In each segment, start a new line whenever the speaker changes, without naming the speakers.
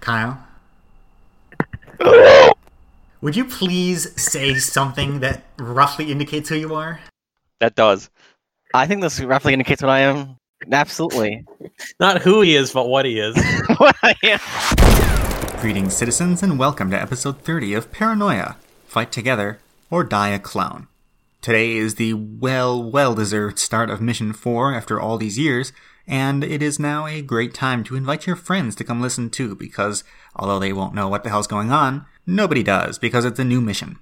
Kyle, would you please say something that roughly indicates who you are?
That does.
I think this roughly indicates what I am. Absolutely.
Not who he is, but what he is.
what I am.
Greetings, citizens, and welcome to episode 30 of Paranoia Fight Together or Die a Clown. Today is the well, well deserved start of Mission 4 after all these years, and it is now a great time to invite your friends to come listen too, because although they won't know what the hell's going on, nobody does, because it's a new mission.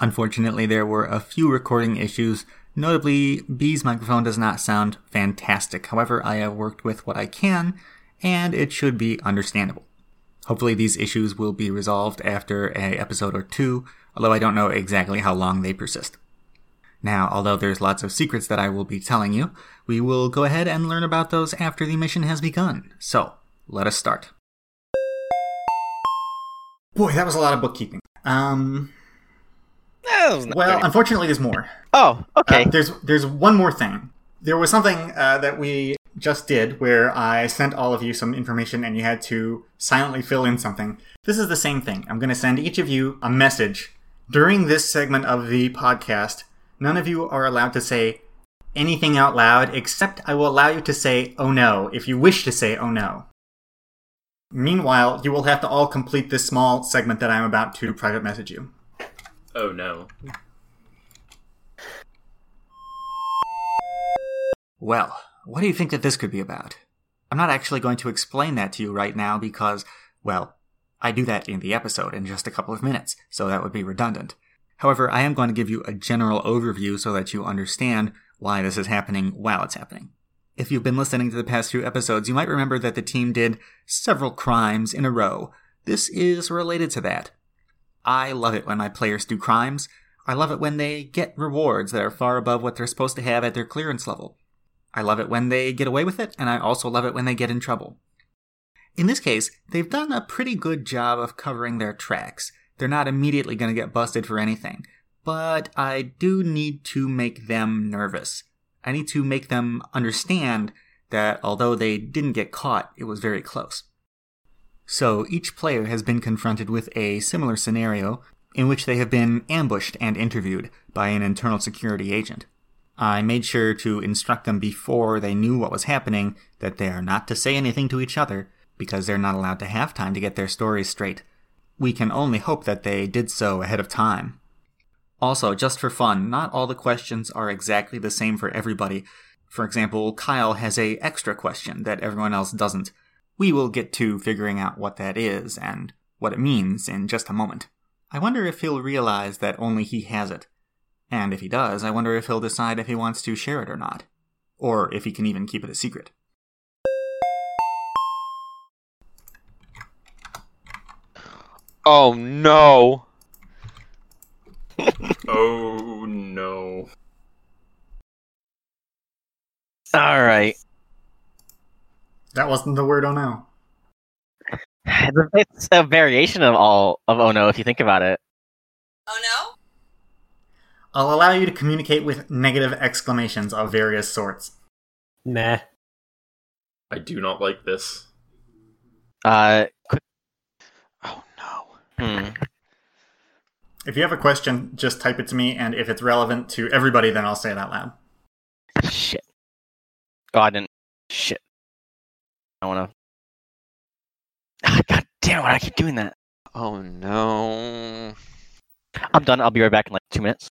Unfortunately, there were a few recording issues. Notably, B's microphone does not sound fantastic. However, I have worked with what I can, and it should be understandable. Hopefully, these issues will be resolved after an episode or two, although I don't know exactly how long they persist. Now, although there's lots of secrets that I will be telling you, we will go ahead and learn about those after the mission has begun. So, let us start. Boy, that was a lot of bookkeeping. Um,
That was not
well,
very-
unfortunately, there's more.
oh, okay.
Uh, there's there's one more thing. There was something uh, that we just did where I sent all of you some information and you had to silently fill in something. This is the same thing. I'm going to send each of you a message during this segment of the podcast. None of you are allowed to say anything out loud except I will allow you to say "oh no" if you wish to say "oh no." Meanwhile, you will have to all complete this small segment that I'm about to private message you.
Oh no.
Well, what do you think that this could be about? I'm not actually going to explain that to you right now because, well, I do that in the episode in just a couple of minutes, so that would be redundant. However, I am going to give you a general overview so that you understand why this is happening while it's happening. If you've been listening to the past few episodes, you might remember that the team did several crimes in a row. This is related to that. I love it when my players do crimes. I love it when they get rewards that are far above what they're supposed to have at their clearance level. I love it when they get away with it, and I also love it when they get in trouble. In this case, they've done a pretty good job of covering their tracks. They're not immediately going to get busted for anything, but I do need to make them nervous. I need to make them understand that although they didn't get caught, it was very close. So each player has been confronted with a similar scenario in which they have been ambushed and interviewed by an internal security agent. I made sure to instruct them before they knew what was happening that they are not to say anything to each other because they're not allowed to have time to get their stories straight. We can only hope that they did so ahead of time. Also, just for fun, not all the questions are exactly the same for everybody. For example, Kyle has a extra question that everyone else doesn't. We will get to figuring out what that is and what it means in just a moment. I wonder if he'll realize that only he has it. And if he does, I wonder if he'll decide if he wants to share it or not. Or if he can even keep it a secret.
Oh no.
Oh no.
uh,
All right.
That wasn't the word oh no.
It's a, it's a variation of all of Oh No if you think about it.
Oh
I'll allow you to communicate with negative exclamations of various sorts.
nah.
I do not like this.
Uh,
Oh no.
hmm.
If you have a question, just type it to me, and if it's relevant to everybody, then I'll say it out loud.
Shit. Oh, I didn't. Shit. I wanna. Ah, God damn it! why do I keep doing that.
Oh no.
I'm done. I'll be right back in like two minutes.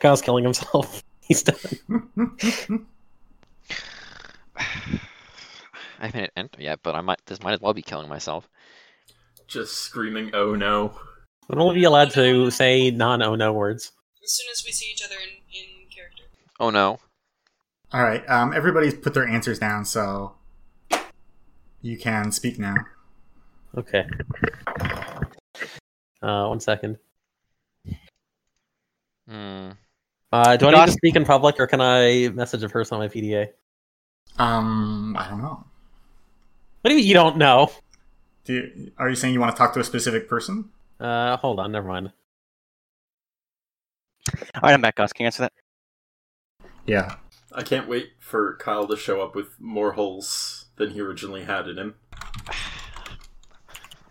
Kyle's killing himself. He's done.
I haven't hit enter yet, but I might. This might as well be killing myself.
Just screaming oh no.
We'll only be allowed to say non oh no words.
no! As soon as we see each other in, in character.
Oh no.
All right, um, everybody's put their answers down, so you can speak now.
Okay. Uh, one second.
Hmm.
Uh, do I need
Josh-
to speak in public or can I message a person on my PDA?
Um, I don't know.
What do you, mean you don't know?
Do you, are you saying you want to talk to a specific person?
Uh, hold on, never mind.
All right, I'm back, guys. Can you answer that?
Yeah.
I can't wait for Kyle to show up with more holes than he originally had in him.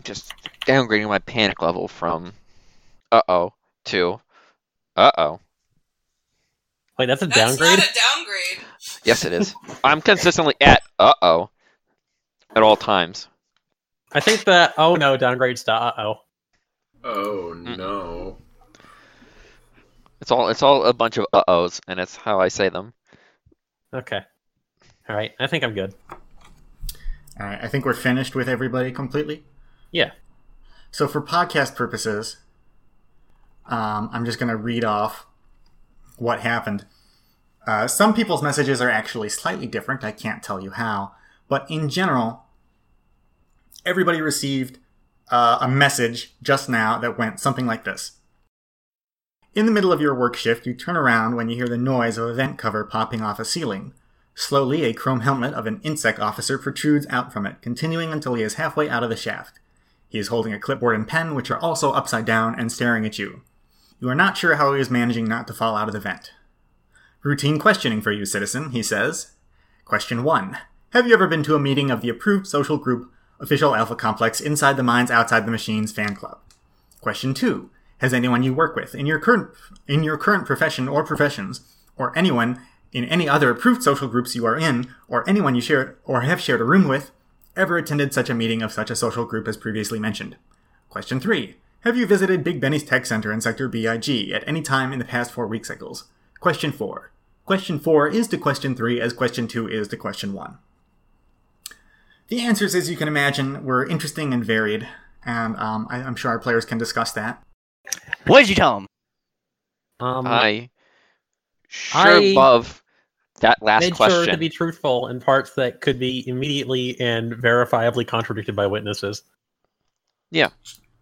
just downgrading my panic level from uh oh to uh oh.
Wait, that's a
That's
downgrade?
not a downgrade.
Yes, it is. I'm consistently at uh oh at all times.
I think that, oh no, downgrades to uh oh.
Oh
Mm.
no.
It's all it's all a bunch of uh ohs, and it's how I say them.
Okay. All right, I think I'm good.
All right, I think we're finished with everybody completely.
Yeah.
So for podcast purposes, um, I'm just going to read off what happened. Uh, some people's messages are actually slightly different. I can't tell you how, but in general, everybody received uh, a message just now that went something like this. In the middle of your work shift, you turn around when you hear the noise of a vent cover popping off a ceiling. Slowly, a chrome helmet of an insect officer protrudes out from it, continuing until he is halfway out of the shaft. He is holding a clipboard and pen, which are also upside down and staring at you. You are not sure how he is managing not to fall out of the vent. Routine questioning for you, citizen, he says. Question 1 Have you ever been to a meeting of the approved social group Official Alpha Complex Inside the Minds Outside the Machines fan club? Question 2 Has anyone you work with in your current in your current profession or professions or anyone in any other approved social groups you are in or anyone you share or have shared a room with ever attended such a meeting of such a social group as previously mentioned? Question 3. Have you visited Big Benny's Tech Center in Sector BIG at any time in the past four week cycles? Question 4. Question 4 is to question 3 as question 2 is to question 1. The answers, as you can imagine, were interesting and varied, and um, I, I'm sure our players can discuss that.
What did you tell him?
Um,
I sure
I
love that last
made
question.
sure to be truthful in parts that could be immediately and verifiably contradicted by witnesses.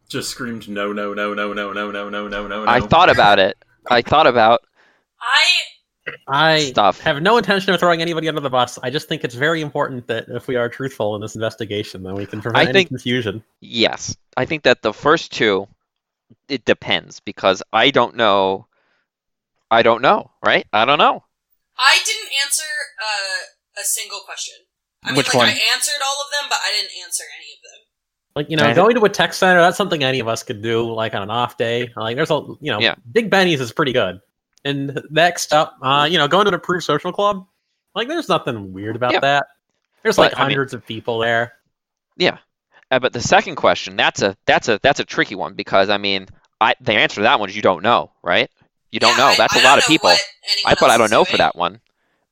Just screamed no no no no no no no no no no.
I thought about it. I thought about
I
I
stuff.
have no intention of throwing anybody under the bus. I just think it's very important that if we are truthful in this investigation, then we can prevent
I
any
think-
confusion.
Yes, I think that the first two, it depends because I don't know. I don't know, right? I don't know.
I didn't answer uh, a single question. I mean,
Which
like
one?
I answered all of them, but I didn't answer any of them.
Like you know,
I-
going to a tech center, that's something any of us could do, like on an off day. Like there's a you know,
Yeah.
Big Benny's is pretty good. And next up, uh, you know, going to an approved social club, like there's nothing weird about
Yeah.
that. There's like
But, I mean-
hundreds of people there.
Uh, but the second question, that's a that's a that's a tricky one because I mean, I the answer to that one is you don't know, right? You don't
Yeah,
know.
I-
That's
I
a
don't
lot of
know
people.
what anyone
I put
else
I don't
is
know
doing.
for that one,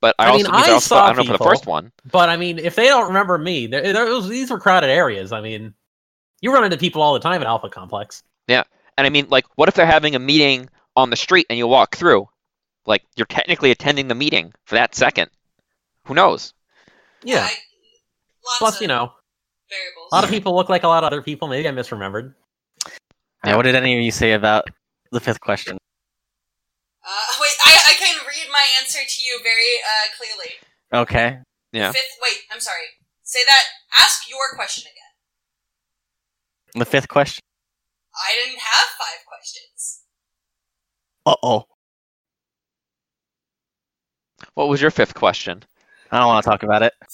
but I,
I mean,
also means
I
I also put
saw
I don't know for the
people.
first one.
But I mean, if they don't remember me, there, there was, these were crowded areas. I mean, you run into people all the time at Alpha Complex.
And I mean, like, what if they're having a meeting on the street and you walk through? Like, you're technically attending the meeting for that second. Who knows?
Yeah.
I, lots
Plus,
of
you know,
variables.
a lot of people look like a lot of other people. Maybe I misremembered.
Yeah, what did any of you say about the fifth question?
Uh, wait, I, I can read my answer to you very uh, clearly.
Okay.
Yeah.
Fifth. Wait, I'm sorry. Say that. Ask your question again.
The fifth question?
I didn't have five questions.
Uh oh.
What was your fifth question?
I don't want to talk about it.
I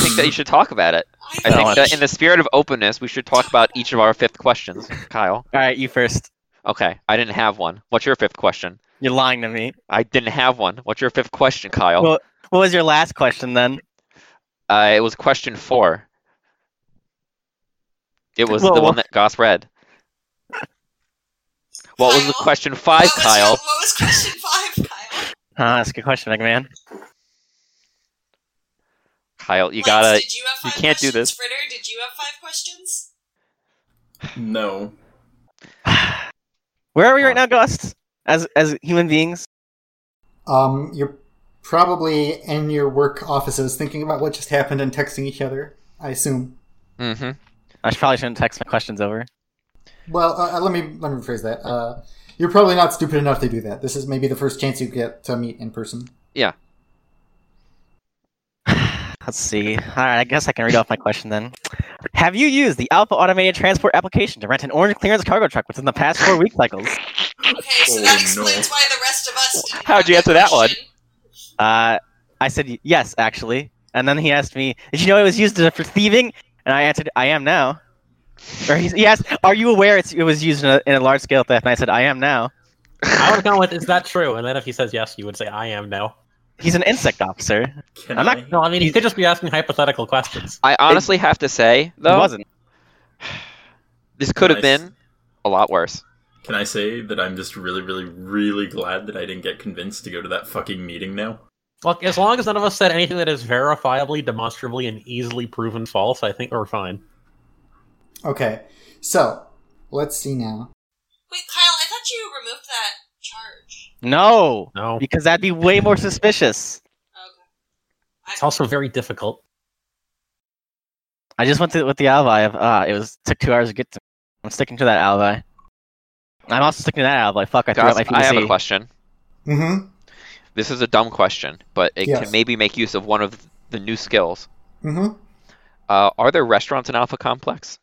think that you should talk about it. I
No,
think
I-
that in the spirit of openness, we should talk about each of our fifth questions. Kyle.
All right, you first.
Okay, I didn't have one. What's your fifth question?
You're lying to me.
I didn't have one. What's your fifth question, Kyle?
Well- What was your last question then?
uh, it was question four. It was the
Well-
one that Goss read. What was the
Kyle?
question five,
what was
Kyle?
your- what was question five, Kyle?
Ah, that's a good question, McMahon.
Kyle, you
Lance,
gotta
Did you, have
you
five
can't do
questions?
this.
Fritter, did you have five questions?
No.
Where are we right now, Gus? As as human beings?
Um, you're probably in your work offices thinking about what just happened and texting each other, I assume.
Mm-hmm.
I should- probably shouldn't text my questions over.
Well, uh, uh, let me let me rephrase that. Uh, you're probably not stupid enough to do that. This is maybe the first chance you get to meet in person.
Let's see. All right, I guess I can read off my question then. Have you used the Alpha Automated Transport application to rent an orange clearance cargo truck within the past four week cycles?
Okay, so
Oh,
that
no.
explains why the rest of us. Didn't
How'd
have
you answer that one?
question.
Uh, I said y- yes, actually. And then he asked me, "Did you know it was used to- for thieving?" And I answered, "I am now." Or he's, he asked, "Are you aware it's, it was used in a, in a large scale theft?" And I said, "I am now."
I would have gone with, is that true? And then if he says yes, you would say, I am no.
He's an insect officer.
Can
I'm not-
I?
No, I mean, he could just be asking hypothetical questions.
I honestly have to say
He
though,
wasn't.
this could have
Nice.
been a lot worse.
Can I say that I'm just really, really, really glad that I didn't get convinced to go to that fucking meeting now?
Look, as long as none of us said anything that is verifiably, demonstrably, and easily proven false, I think we're fine.
Okay, so let's see now.
Wait, Kyle, I thought you removed that charge.
No,
No.
because that'd be way more suspicious.
Okay.
It's also very difficult.
I just went to, with the alibi of ah, it was took two hours to get to. I'm sticking to that alibi. I'm also sticking to that alibi. Fuck, I threw out my
Gossip, I have a
PVC.
question.
Mm-hmm.
This is a dumb question, but it
Yes.
can maybe make use of one of the new skills.
Mm-hmm.
Uh, are there restaurants in Alpha Complex?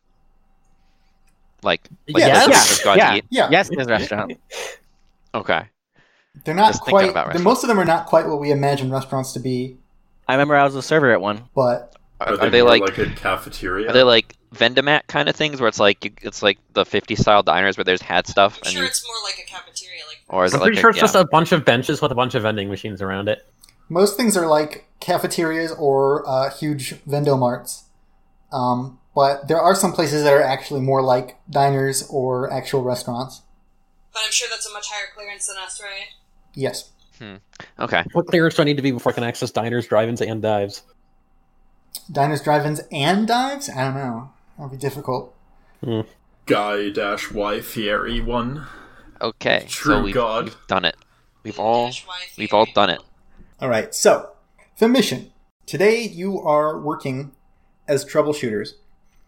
Like, like
Yes.
places
Yeah.
we've gone to
Yeah.
eat?
Yeah,
Yes, it is a restaurant.
Okay.
they're not
Just thinking
quite.
about
the- Most of them are not quite what we imagine restaurants to be,
I remember I was a server at one.
but
Are, are they
more
like,
a cafeteria?
are they like Vendomat kind of things where it's like you- it's like the 50 style diners where there's hat stuff
I'm
and
sure
you,
it's more like a cafeteria. Like,
or is
I'm
it like
pretty
a-
sure it's
yeah.
just a bunch of benches with a bunch of vending machines around it.
most things are like cafeterias or uh, huge vendo marts. Um, but there are some places that are actually more like diners or actual restaurants.
but I'm sure that's a much higher clearance than us, right?
Yes.
okay.
What clearance do I need to be before I can access diners, drive-ins, and dives?
Diners, drive ins, and dives? I don't know. That would be difficult.
Guy Dash Y Fieri one.
Okay.
True
so we've,
God.
we've done it. We've all
Dash Y
we've all
theory.
done it.
All right, so the mission. Today you are working as troubleshooters,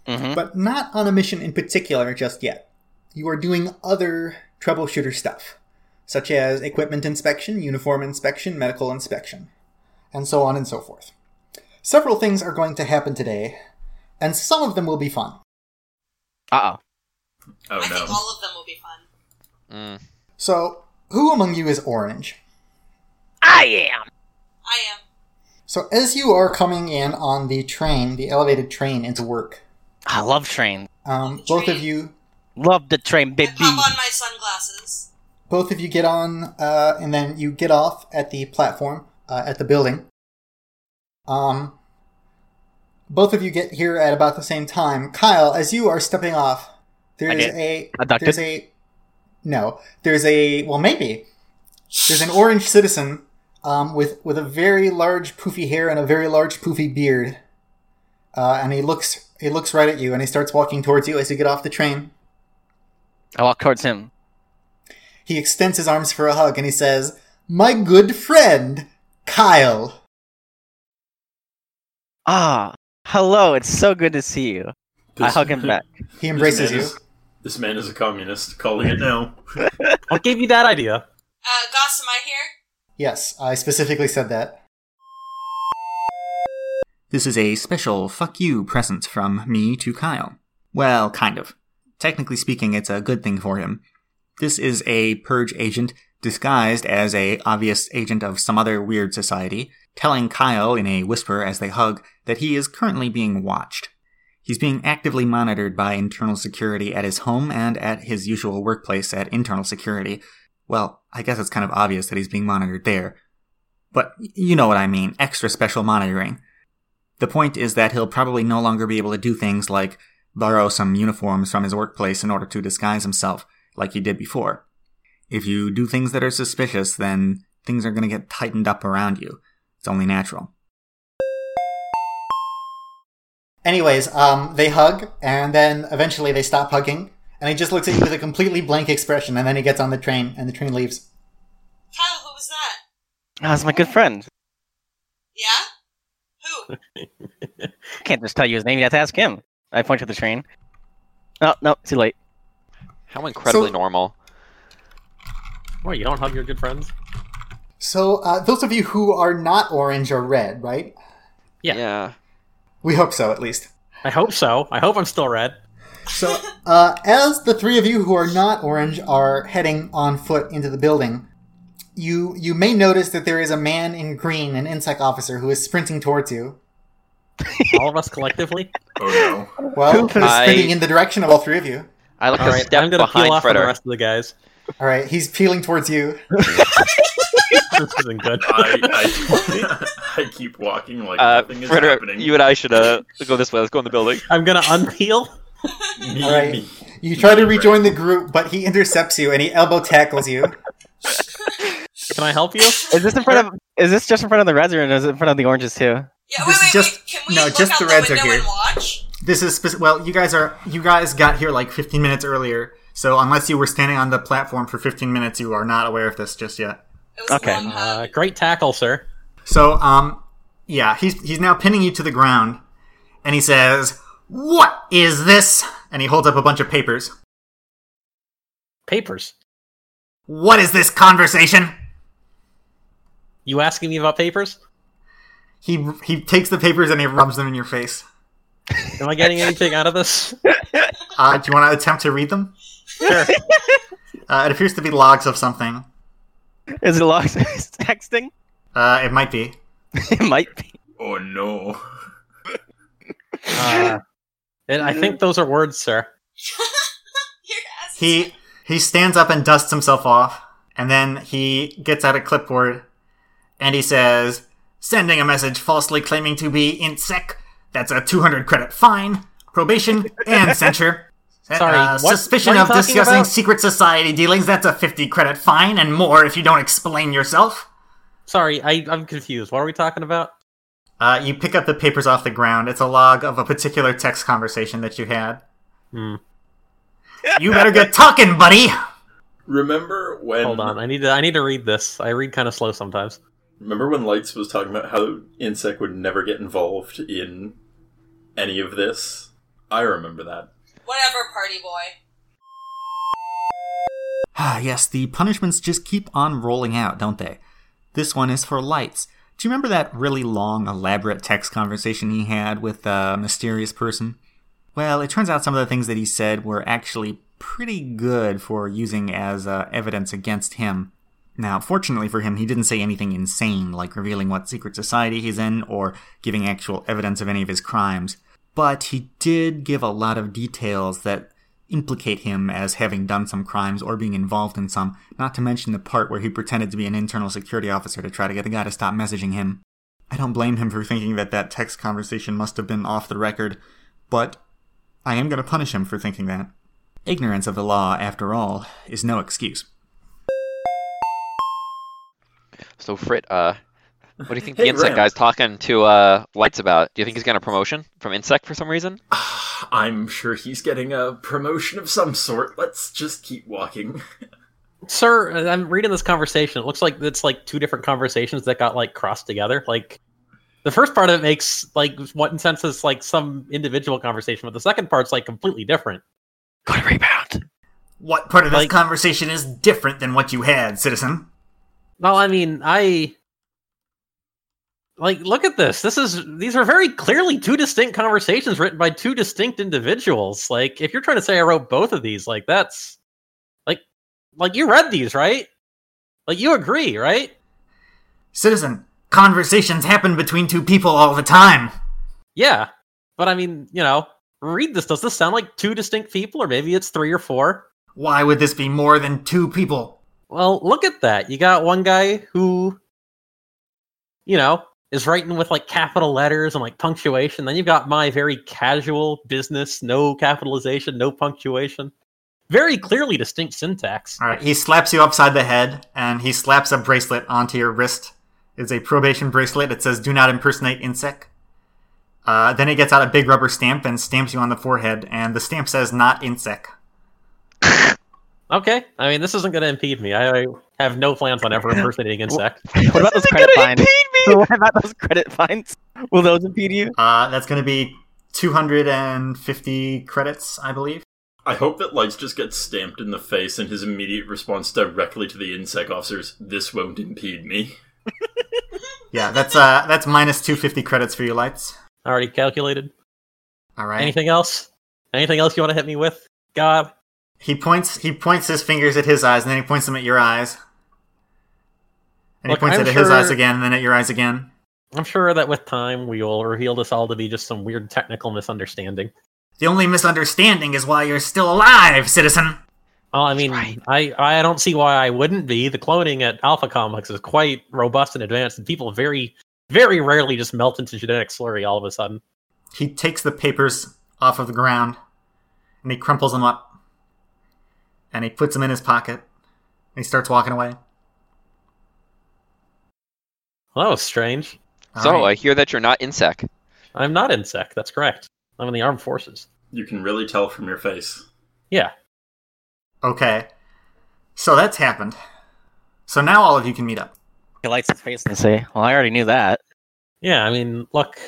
hmm
but not on a mission in particular just yet. You are doing other troubleshooter stuff, such as equipment inspection, uniform inspection, medical inspection, and so on and so forth. Several things are going to happen today, and some of them will be fun.
Uh oh.
Oh
I think
no.
all of them will be fun.
Mm.
So, who among you is orange?
I am.
I am.
So, as you are coming in on the train, the elevated train into work,
I love train.
um, both of you
Love the train,
I
baby.
pop on my sunglasses.
both of you get on uh, and then you get off at the platform uh, at the building um, both of you get here at about the same time kyle as you are stepping off there's
get
a
abducted?
there's a no there's a well maybe there's an orange citizen um, with with a very large poofy hair and a very large poofy beard uh, and he looks he looks right at you and he starts walking towards you as you get off the train
I walk towards him.
He extends his arms for a hug and he says, My good friend, Kyle.
Ah, hello. It's so good to see you. I
This-
hug him back.
He embraces
this man
you.
Is, this man is a communist. Calling it now.
What gave you that idea?
Uh, Goss, am I here?
Yes, I specifically said that.
This is a special fuck you present from me to Kyle. Well, kind of. Technically speaking, it's a good thing for him. This is a purge agent disguised as a obvious agent of some other weird society, telling Kyle in a whisper as they hug that he is currently being watched. He's being actively monitored by internal security at his home and at his usual workplace at internal security. Well, I guess it's kind of obvious that he's being monitored there. But you know what I mean, extra special monitoring. The point is that he'll probably no longer be able to do things like borrow some uniforms from his workplace in order to disguise himself, like he did before. If you do things that are suspicious, then things are going to get tightened up around you. It's only natural.
Anyways, um, they hug and then eventually they stop hugging and he just looks at you with a completely blank expression and then he gets on the train and the train leaves.
Kyle, who was that?
Ah, it's my good friend.
Yeah? Who?
I can't just tell you his name. You have to ask him. I point to the train. No, no, too late.
How incredibly
So-
normal.
What, you don't hug your good friends?
So, uh, those of you who are not orange are red, right?
Yeah.
yeah.
We hope so, at least.
I hope so. I hope I'm still red.
So, uh, as the three of you who are not orange are heading on foot into the building, you you may notice that there is a man in green, an insect officer, who is sprinting towards you.
All of us collectively.
Oh no.
Well, he's
I-
spinning in the direction of all three of you.
I look
All
a
right,
step
I'm gonna peel
behind
off for the
Fredder.
rest of the guys.
All right, he's peeling towards you.
This isn't good.
I, I, I keep walking like
Uh,
nothing is
Fredder,
happening.
you and I should uh, go this way. Let's go in the building.
I'm gonna unpeel.
Me,
All right.
me.
You try to rejoin the group, but he intercepts you and he elbow tackles you.
Can I help you?
Is this in front of? Is this just in front of the reds, or is it in front of the oranges too?
Yeah,
This
wait,
is
wait,
just-
wait. Can we
no,
look
just
out
the
the,
reds are
window
here.
and watch?
This is spec- well, you guys are you guys got here like 15 minutes earlier, so unless you were standing on the platform for 15 minutes, you are not aware of this just yet.
It was
Okay.
a long hug.
Uh, great tackle, sir.
So, um, yeah, he's he's now pinning you to the ground, and he says, "What is this?" And he holds up a bunch of papers.
Papers.
What is this conversation?
You asking me about papers?
He he takes the papers and he rubs them in your face.
Am I getting anything out of this?
Uh, do you want to attempt to read them?
Sure.
Uh, it appears to be logs of something.
Is it logs texting?
Uh, it might be.
It might be.
Oh no.
Uh, and I think those are words, sir.
You're asking-
He he stands up and dusts himself off, and then he gets out a clipboard, and he says, "Sending a message falsely claiming to be insec. That's a 200 credit fine, probation, and censure."
Sorry,
Uh,
what-
suspicion
what are you
of
talking
discussing
about?
secret society dealings. That's a 50 credit fine and more if you don't explain yourself.
Sorry, I, I'm confused. What are we talking about?
Uh, you pick up the papers off the ground. It's a log of a particular text conversation that you had.
Hmm.
You better get talking, buddy.
Remember when
Hold on, I need to I need to read this. I read kind of slow sometimes.
Remember when Lights was talking about how Insect would never get involved in any of this? I remember that.
Whatever, party boy.
Ah, yes, the punishments just keep on rolling out, don't they? This one is for lights. Do you remember that really long, elaborate text conversation he had with a mysterious person? Well, it turns out some of the things that he said were actually pretty good for using as uh, evidence against him. Now, fortunately for him, he didn't say anything insane, like revealing what secret society he's in or giving actual evidence of any of his crimes. But he did give a lot of details that implicate him as having done some crimes or being involved in some, not to mention the part where he pretended to be an internal security officer to try to get the guy to stop messaging him. I don't blame him for thinking that that text conversation must have been off the record, but I am going to punish him for thinking that. Ignorance of the law, after all, is no excuse.
So, Frit, uh, what do you think
Hey,
the insect
Ram.
guy's talking to uh, Lights about? Do you think he's getting a promotion from Insect for some reason?
I'm sure he's getting a promotion of some sort. Let's just keep walking.
Sir, uh, I'm reading this conversation. It looks like it's like two different conversations that got like crossed together. Like the first part of it makes like what in sense is like some individual conversation, but the second part's like completely different.
Go to rebound.
What part of this
Like-
conversation is different than what you had, citizen?
Well, I mean, I like look at this. This is these are very clearly two distinct conversations written by two distinct individuals. Like if you're trying to say I wrote both of these, like that's like like you read these, right? Like you agree, right?
Citizen, conversations happen between two people all the time.
Yeah. But I mean, you know, read this. Does this sound like two distinct people or maybe it's three or four?
Why would this be more than two people?
Well, look at that. You got one guy who, you know, is writing with like capital letters and like punctuation. Then you've got my very casual business, no capitalization, no punctuation. Very clearly distinct syntax.
All right, he slaps you upside the head, and he slaps a bracelet onto your wrist. It's a probation bracelet. It says "Do not impersonate insect." Uh, then he gets out a big rubber stamp and stamps you on the forehead, and the stamp says "Not insect."
Okay. I mean, this isn't going to impede me. I, I have no plans on ever impersonating Insect.
What about those credit fines?
impede
What about those credit fines? Will those impede you?
Uh, that's going to be 250 credits, I believe.
I hope that Lights just gets stamped in the face and his immediate response directly to the Insect officers this won't impede me.
Yeah, that's uh, that's minus 250 credits for your lights.
Already calculated.
All right.
Anything else? Anything else you want to hit me with? God.
He points. He points his fingers at his eyes, and then he points them at your eyes. And
Look,
he points
I'm
it at his eyes
sure-
again, and then at your eyes again.
I'm sure that with time we will reveal this all to be just some weird technical misunderstanding.
The only misunderstanding is why you're still alive, citizen.
Well, Uh, I mean,
right.
I, I don't see why I wouldn't be. The cloning at Alpha Complex is quite robust and advanced, and people very, very rarely just melt into genetic slurry all of a sudden.
He takes the papers off of the ground and he crumples them up and he puts them in his pocket and he starts walking away.
Well, that was strange.
All
so I
right.
hear that you're not insect.
I'm not INSEC. That's correct. I'm in the armed forces.
You can really tell from your face.
Yeah.
okay. So that's happened. So now all of you can meet up.
He lights his face and say, "Well, I already knew that."
Yeah, I mean, look,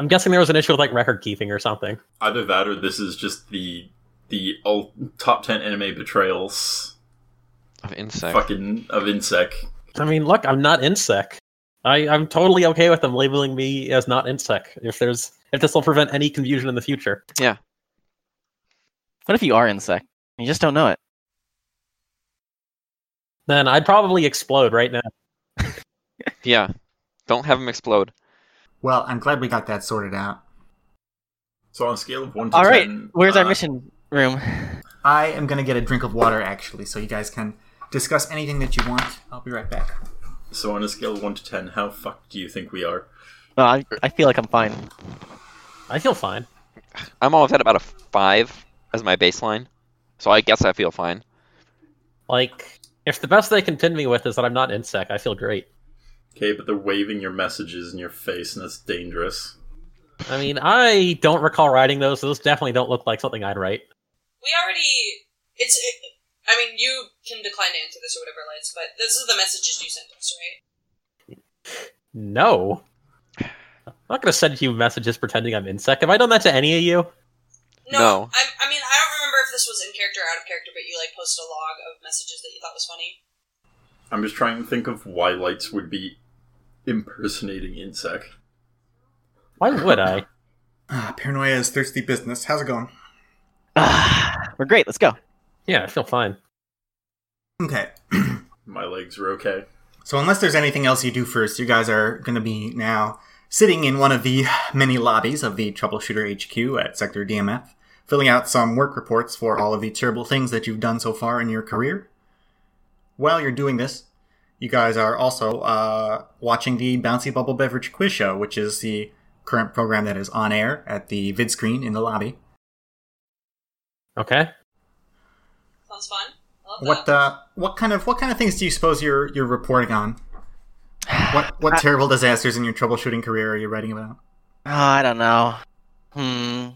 I'm guessing there was an issue with like record keeping or something.
Either that or this is just the the all top ten anime betrayals
Of insect.
fucking of Insec.
I mean, look, I'm not INSEC. I, I'm totally okay with them labeling me as not INSEC if there's if this will prevent any confusion in the future.
What if you are insect? You just don't know it.
Then I'd probably explode right now.
Yeah. Don't have him explode.
Well, I'm glad we got that sorted out.
So on a scale of one to
All right,
ten,
where's our
uh,
mission room?
I am going to get a drink of water, actually, so you guys can discuss anything that you want. I'll be right back.
So on a scale of one to ten, how fucked do you think we are?
Well, I, I feel like I'm fine.
I feel fine.
I'm always at about a five as my baseline. So I guess I feel fine.
Like if the best they can pin me with is that I'm not INSEC, I feel great.
Okay, but they're waving your messages in your face, and that's dangerous.
I mean, I don't recall writing those. So those definitely don't look like something I'd write.
We already. It's. It, I mean, you can decline to answer this or whatever, Lights, but this is the messages you sent us, right?
No. I'm not going to send you messages pretending I'm INSEC. Have I done that to any of you?
No.
I, I mean, I don't remember if this was in character or out of character, but you, like, posted a log of messages that you thought was funny.
I'm just trying to think of why lights would be impersonating Insec.
Why would I?
Ah, paranoia is thirsty business. How's it going?
Ah, we're great. Let's go.
Yeah, I feel fine.
Okay.
My legs are okay.
So
So, unless there's anything else you do first, you guys are going to be now sitting in one of the many lobbies of the Troubleshooter HQ at Sector DMF, filling out some work reports for all of the terrible things that you've done so far in your career. While you're doing this, you guys are also uh, watching the Bouncy Bubble Beverage Quiz Show, which is the current program that is on air at the vid screen in the lobby.
Okay.
Sounds fun. I love
What
that.
uh, what kind of what kind of things do you suppose you're you're reporting on? What what terrible disasters in your troubleshooting career are you writing about?
Oh, I don't know. Hmm.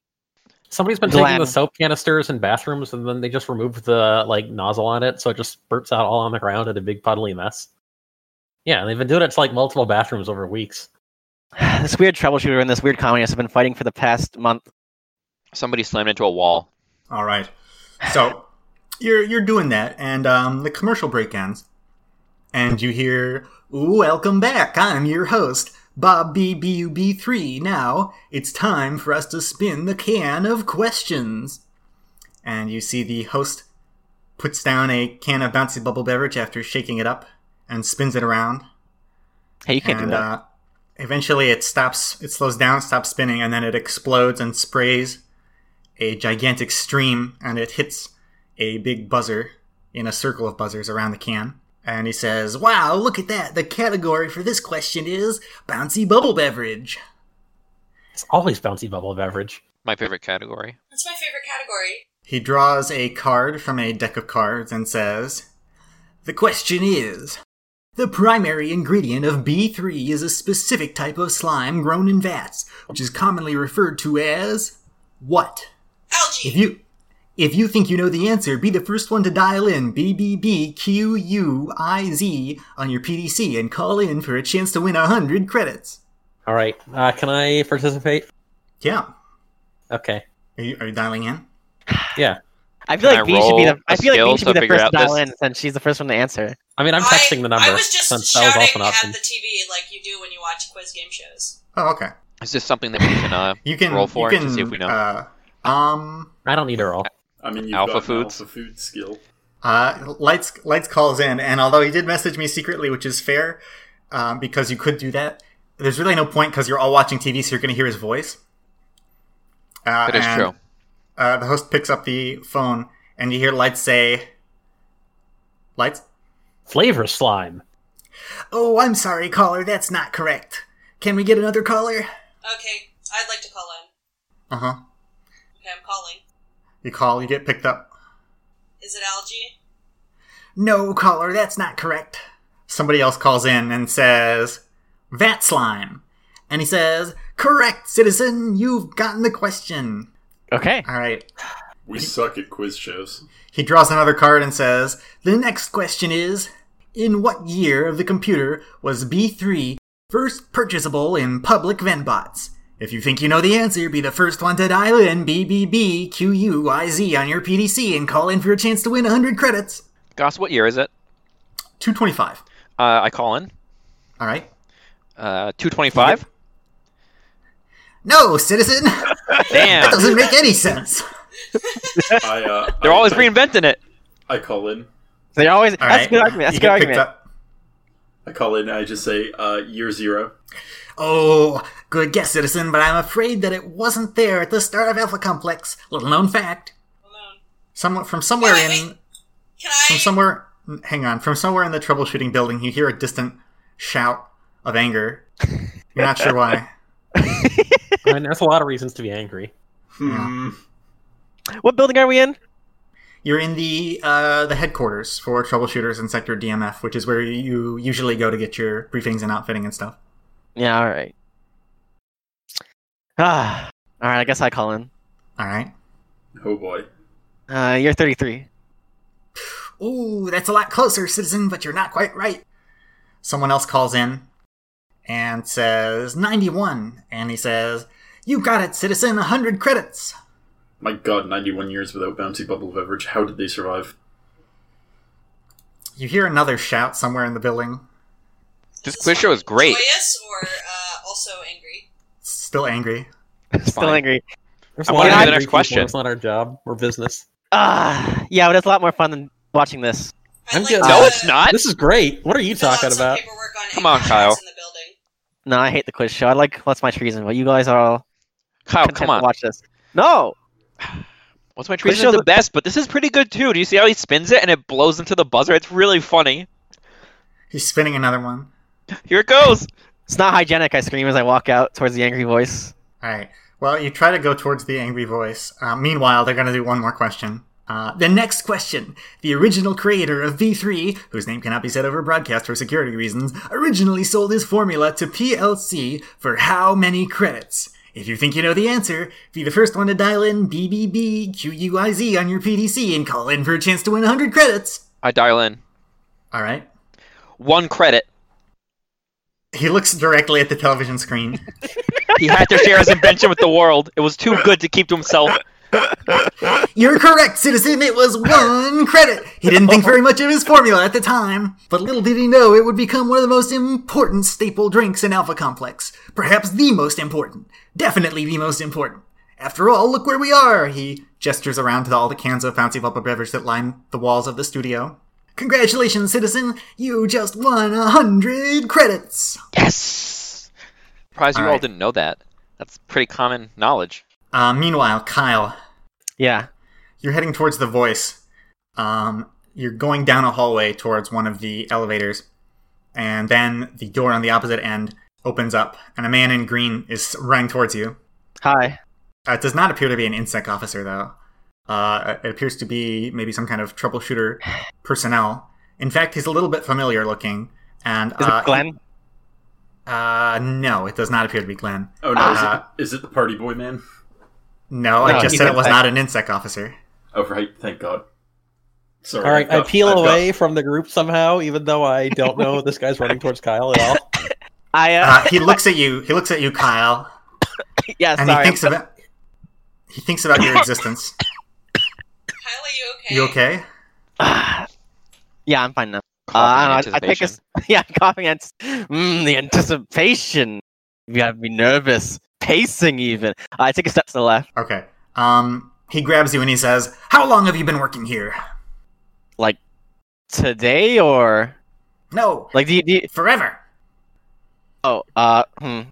Somebody's been
Glenn.
taking the soap canisters in bathrooms and then they just removed the like nozzle on it, so it just spurts out all on the ground in a big puddly mess. Yeah, and they've been doing it to like multiple bathrooms over weeks.
This weird troubleshooter and this weird communist have been fighting for the past month.
Somebody slammed into a wall.
All right. So you're you're doing that, and um, the commercial break ends, and you hear, "Welcome back. I'm your host, Bob BBUB three. Now it's time for us to spin the can of questions." And you see the host puts down a can of bouncy bubble beverage after shaking it up and spins it around
Hey, you can't
and
do that.
Uh, eventually, it stops. It slows down, stops spinning, and then it explodes and sprays a gigantic stream, and it hits a big buzzer in a circle of buzzers around the can. And he says, "Wow, look at that! The category for this question is bouncy bubble beverage."
It's always bouncy bubble beverage.
My favorite category.
That's my favorite category.
He draws a card from a deck of cards and says, The question is The primary ingredient of B3 is a specific type of slime grown in vats, which is commonly referred to as what? If
Algae!
you if you think you know the answer, be the first one to dial in BBBQUIZ on your PDC and call in for a chance to win 100 credits.
All right, uh, can I participate?
Yeah.
Okay.
Are you, are you dialing in?
Yeah.
I feel
Can
like
I
B should be the.
roll
I
a
feel like
skill
B should be
to
the
figure
first to
out
dial
this?
in since she's the first one to answer.
I mean, I'm texting
I-
the number
I was just
since that was also
shouting
an
at
option.
the TV like you do when you watch quiz game shows.
Oh, okay.
Is this something that we can uh,
You can
roll for
you can,
to see if we know?
Uh, um
I don't need a roll.
I mean, you've
Alpha
got an
foods?
alpha food skill.
Uh, lights lights calls in, and although he did message me secretly, which is fair, um, because you could do that,
there's really no point because you're all watching TV, so you're going to hear his voice. Uh,
That is
and,
true.
Uh, the host picks up the phone, and you hear lights say, "Lights."
Flavor slime.
Oh, I'm sorry, caller. That's not correct. Can we get another caller?
Okay, I'd like to call in.
Uh
Uh-huh.
huh.
Okay, I'm calling.
You call, you get picked up.
Is it algae?
No, caller, that's not correct. Somebody else calls in and says, Vat slime. And he says, Correct, citizen, you've gotten the question.
Okay.
All right.
We suck at quiz shows.
He draws another card and says, The next question is In what year of the computer was B3 first purchasable in public Venbots? If you think you know the answer, be the first one to dial in BBBQUIZ on your PDC and call in for your chance to win 100 credits.
Goss, what year is it?
225.
Uh, I call in.
All right.
Uh, 225?
No, citizen! That
Damn.
doesn't make any sense.
I, uh,
They're
I-
always
I-
reinventing it.
I call in.
They always.
All
that's
right.
a good argument. That's
You
a good
get picked
argument.
up.
I call in. I just say uh, year zero.
Oh, good guess, citizen, but I'm afraid that it wasn't there at the start of Alpha Complex. Little known fact.
Hold on.
Some, from somewhere in
Can
from
I?
somewhere hang on, from somewhere in the troubleshooting building you hear a distant shout of anger. You're not sure why.
I mean, there's a lot of reasons to be angry.
Hmm.
What building are we in?
You're in the uh, the headquarters for troubleshooters in sector DMF, which is where you usually go to get your briefings and outfitting and stuff.
Yeah. All right. Ah. All right. I guess I call in.
All right.
Oh boy.
Uh, you're 33.
Ooh, that's a lot closer, citizen, but you're not quite right. Someone else calls in and says, 91. And he says, You got it, citizen, 100 credits.
My god, 91 years without bouncy bubble beverage. How did they survive?
You hear another shout somewhere in the building.
This quiz show is great.
Joyous or uh, also angry?
Still angry.
Still
fine.
angry.
There's
I
a
wanna
lot of
hear
angry
the next
people.
question.
It's not our job or business.
Ah. Yeah, but it's a lot more fun than watching this.
I'd
I'm
like
good.
to
No, it's not.
This is great. What are you
fill out
talking
some
about?
paperwork on
Come on,
angry
Kyle.
kids In the building.
No, I hate the quiz show. I like what's my treason. But you guys are all
Kyle,
content
Oh, come on.
to watch this. No.
What's my treason
show
is the
the-
best, but this is pretty good too. Do you see how he spins it and it blows into the buzzer? It's really funny.
He's spinning another one.
Here it goes.
It's not hygienic. I scream as I walk out towards the angry voice.
All right. Well, you try to go towards the angry voice. Uh, meanwhile, they're going to do one more question. Uh, the next question. The original creator of V3, whose name cannot be said over broadcast for security reasons, originally sold his formula to PLC for how many credits? If you think you know the answer, be the first one to dial in BBBQUIZ on your PDC and call in for a chance to win 100 credits.
I dial in.
All right.
One credit.
He looks directly at the television screen.
He had to share his invention with the world. It was too good to keep to himself.
You're correct, citizen. It was one credit. He didn't think very much of his formula at the time, but little did he know it would become one of the most important staple drinks in Alpha Complex. Perhaps the most important. Definitely the most important. After all, look where we are. He gestures around to all the cans of fancy bubble beverage that line the walls of the studio. Congratulations, citizen. You just won a hundred credits.
Yes. Surprised you all
Alright.
didn't know that. That's pretty common knowledge.
Uh, meanwhile, Kyle,
Yeah.
You're heading towards the voice. Um, you're going down a hallway towards one of the elevators, and then the door on the opposite end opens up, and a man in green is running towards you.
Hi.
Uh, it does not appear to be an insect officer, though. Uh, it appears to be maybe some kind of troubleshooter personnel. In fact, he's a little bit familiar looking, and
Is
uh,
it Glenn?
Uh, no, it does not appear to be Glenn.
Oh no,
Uh-huh.
Uh,
is, it, is it the party boy man?
No,
No,
I just
he's
said it was
insect.
not an insect officer.
Oh right, thank god. Sorry.
All right,
I've
I
got-
peel
I've got-
away from the group somehow, even though I don't know this guy's running towards Kyle at all.
I. Uh,
Uh, he looks at you. He looks at you, Kyle.
yeah.
and
sorry.
he thinks about he thinks about your existence.
Kyle, are you okay?
You okay?
yeah, I'm fine now. Uh,
Coughing
I, don't know, I, I
anticipation.
think it's yeah, I'm coughing at mm, the anticipation. You gotta be nervous, pacing even. I take a step to the left,
Okay. Um, he grabs you and he says, "How long have you been working here?"
like today or
No,
like do you, do you
forever.
Oh, uh, hmm.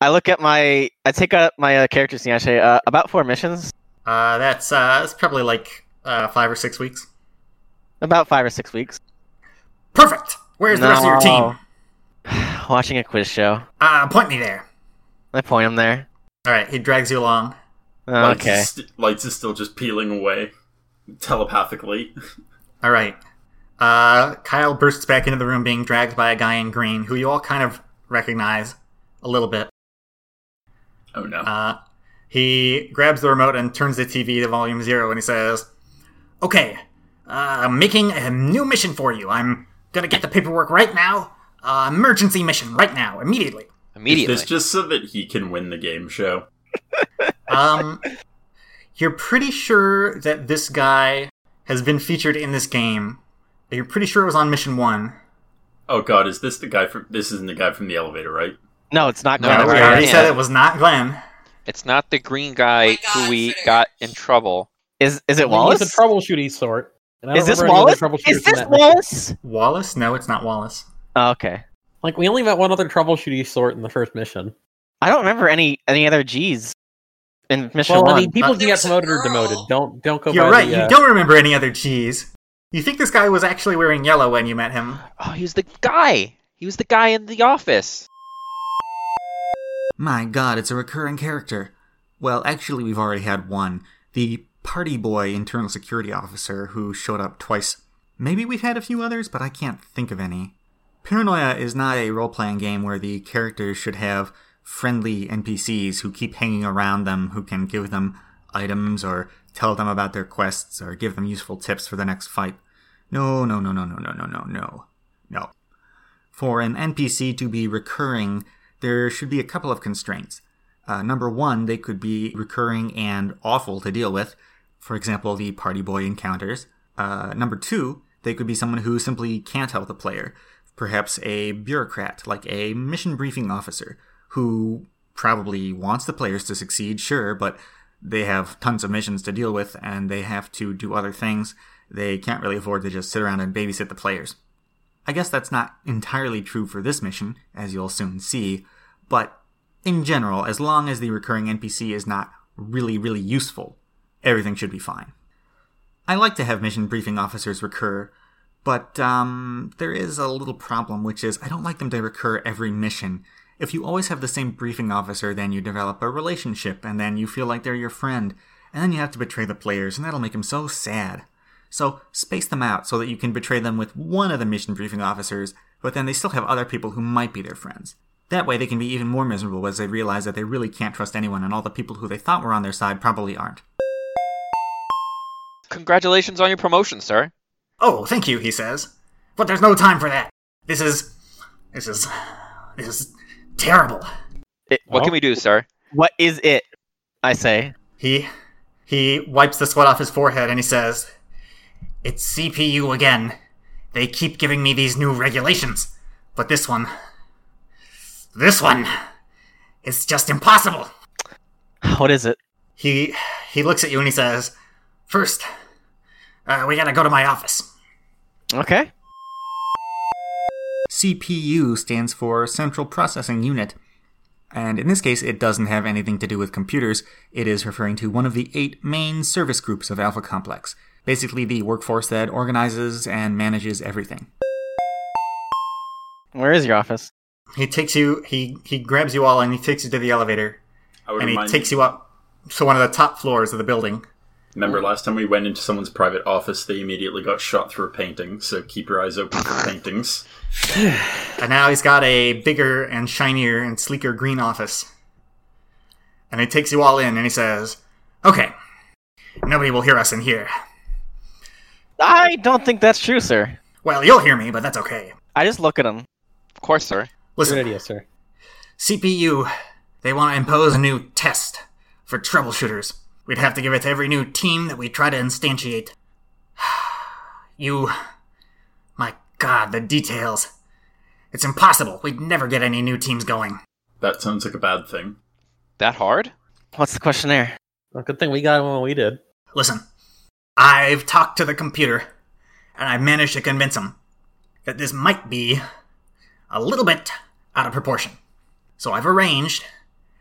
I look at my. I take out my uh, character scene. I say, uh, about four missions,
Uh, that's uh, that's probably like uh, five or six weeks.
about five or six weeks.
Perfect. Where's the rest of your team?
team? Watching a quiz show.
Uh, point me there.
I point him there.
All right, he drags you along.
Uh,
Lights
Okay.
Is st- Lights is still just peeling away telepathically.
All right. Uh, Kyle bursts back into the room, being dragged by a guy in green, who you all kind of recognize a little bit.
Oh no.
Uh, he grabs the remote and turns the TV to volume zero, and he says, "Okay, uh, I'm making a new mission for you. I'm gonna get the paperwork right now. Uh, emergency mission right now, immediately."
is
Immediately.
this just so that he can win the game show?
Um, you're pretty sure that this guy has been featured in this game. but You're pretty sure it was on mission one.
Oh god, is this the guy from? This isn't the guy from the elevator, right?
No, it's not.
No,
Glenn.
that
we
was
already
Glenn.
said it was not Glenn.
It's not the green
Oh
guy
my
who
God,
we
Frederick.
got in trouble.
Is is it
He's
Wallace?
a troubleshooting sort. And I don't
Is this
remember any other
Wallace?
troubleshooters
Is
from
this
that mission.
Wallace?
Wallace? No, it's not Wallace.
Oh, okay.
Like we only met one other troubleshooting sort in the first mission.
I don't remember any any other G's in Mission
Well,
One.
I mean, people
Uh,
can
There
get
was a
promoted or
girl.
demoted. Don't don't go.
You're
by
right.
The, uh,
You don't remember any other G's. You think this guy was actually wearing yellow when you met him?
Oh, he was the guy. He was the guy in the office.
My god, it's a recurring character. Well, actually, we've already had one. The party boy internal security officer who showed up twice. Maybe we've had a few others, but I can't think of any. Paranoia is not a role playing game where the characters should have friendly NPCs who keep hanging around them, who can give them items or tell them about their quests or give them useful tips for the next fight. No, no, no, no, no, no, no, no, no. No. For an NPC to be recurring, there should be a couple of constraints. Uh, number one, they could be recurring and awful to deal with. For example, the party boy encounters. Uh, number two, they could be someone who simply can't help the player. Perhaps a bureaucrat, like a mission briefing officer, who probably wants the players to succeed, sure, but they have tons of missions to deal with and they have to do other things. They can't really afford to just sit around and babysit the players. I guess that's not entirely true for this mission, as you'll soon see, but in general, as long as the recurring NPC is not really, really useful, everything should be fine. I like to have mission briefing officers recur, but um, there is a little problem, which is I don't like them to recur every mission. If you always have the same briefing officer, then you develop a relationship, and then you feel like they're your friend, and then you have to betray the players, and that'll make them so sad. So space them out so that you can betray them with one of the mission briefing officers, but then they still have other people who might be their friends. That way they can be even more miserable as they realize that they really can't trust anyone and all the people who they thought were on their side probably aren't.
Congratulations on your promotion, sir.
Oh, thank you, he says. But there's no time for that. This is. This is. This is terrible.
It-
Oh.
What can we do, sir?
what is it? I say.
He. He wipes the sweat off his forehead and he says, It's CPU again. They keep giving me these new regulations. But this one. This one. It's just impossible.
What is it?
He he looks at you and he says, First, uh, we gotta go to my office.
Okay.
CPU stands for Central Processing Unit. And in this case, it doesn't have anything to do with computers. It is referring to one of the eight main service groups of Alpha Complex, basically the workforce that organizes and manages everything.
Where is your office?
He takes you, he, he grabs you all and he takes you to the elevator,
I would
and he
remind
takes you up to one of the top floors of the building.
Remember last time we went into someone's private office, they immediately got shot through a painting. So keep your eyes open for paintings.
And now he's got a bigger and shinier and sleeker green office. And he takes you all in and he says, Okay, nobody will hear us in here.
I don't think that's true, sir.
Well, you'll hear me, but that's okay.
I just look at him.
Of course, sir.
Good
Listen,
idea, sir.
CPU, they want to impose a new test for troubleshooters. We'd have to give it to every new team that we try to instantiate. You. My god, the details. It's impossible. We'd never get any new teams going.
That sounds like a bad thing.
That hard?
What's the questionnaire?
Well, good thing we got him when we did.
Listen, I've talked to the computer, and I've managed to convince him that this might be a little bit out of proportion. So I've arranged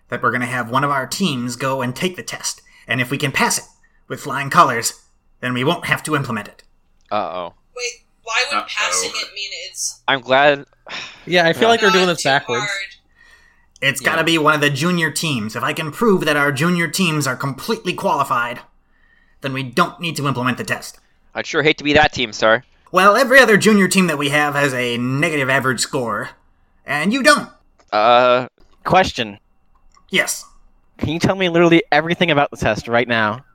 that we're going to have one of our teams go and take the test, and if we can pass it with flying colors, then we won't have to implement it.
Uh oh.
Wait, why would
Uh-oh.
passing it mean it's
I'm glad.
Yeah, I feel like they're
not
doing this
too
backwards.
hard?
It's got to be one of the junior teams. If I can prove that our junior teams are completely qualified, then we don't need to implement the test.
I'd sure hate to be that team, sir.
Well, every other junior team that we have has a negative average score, and you don't.
Uh,
Question:
Yes.
Can you tell me literally everything about the test right now?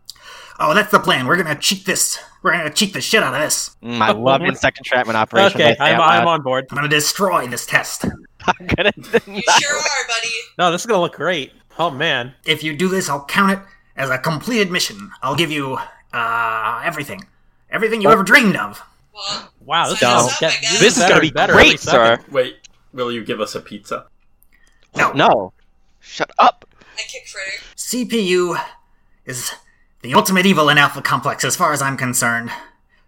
Oh, that's the plan. We're gonna cheat this. We're gonna cheat the shit out of this.
Mm, I love insect entrapment operations.
Okay,
I say
I'm,
out loud.
I'm on board.
I'm gonna destroy this test.
I'm gonna.
You sure are, buddy.
No, this is gonna look great. Oh man,
If you do this, I'll count it as a completed mission. I'll give you uh everything, everything you ever dreamed of.
Well,
wow, this
So-
is, get,
This
this is
better
gonna
and
be
better every
great,
second.
sir.
Wait, will you give us a pizza?
No,
No,
Shut up.
I kicked Fritter.
CPU is the ultimate evil in Alpha Complex, as far as I'm concerned.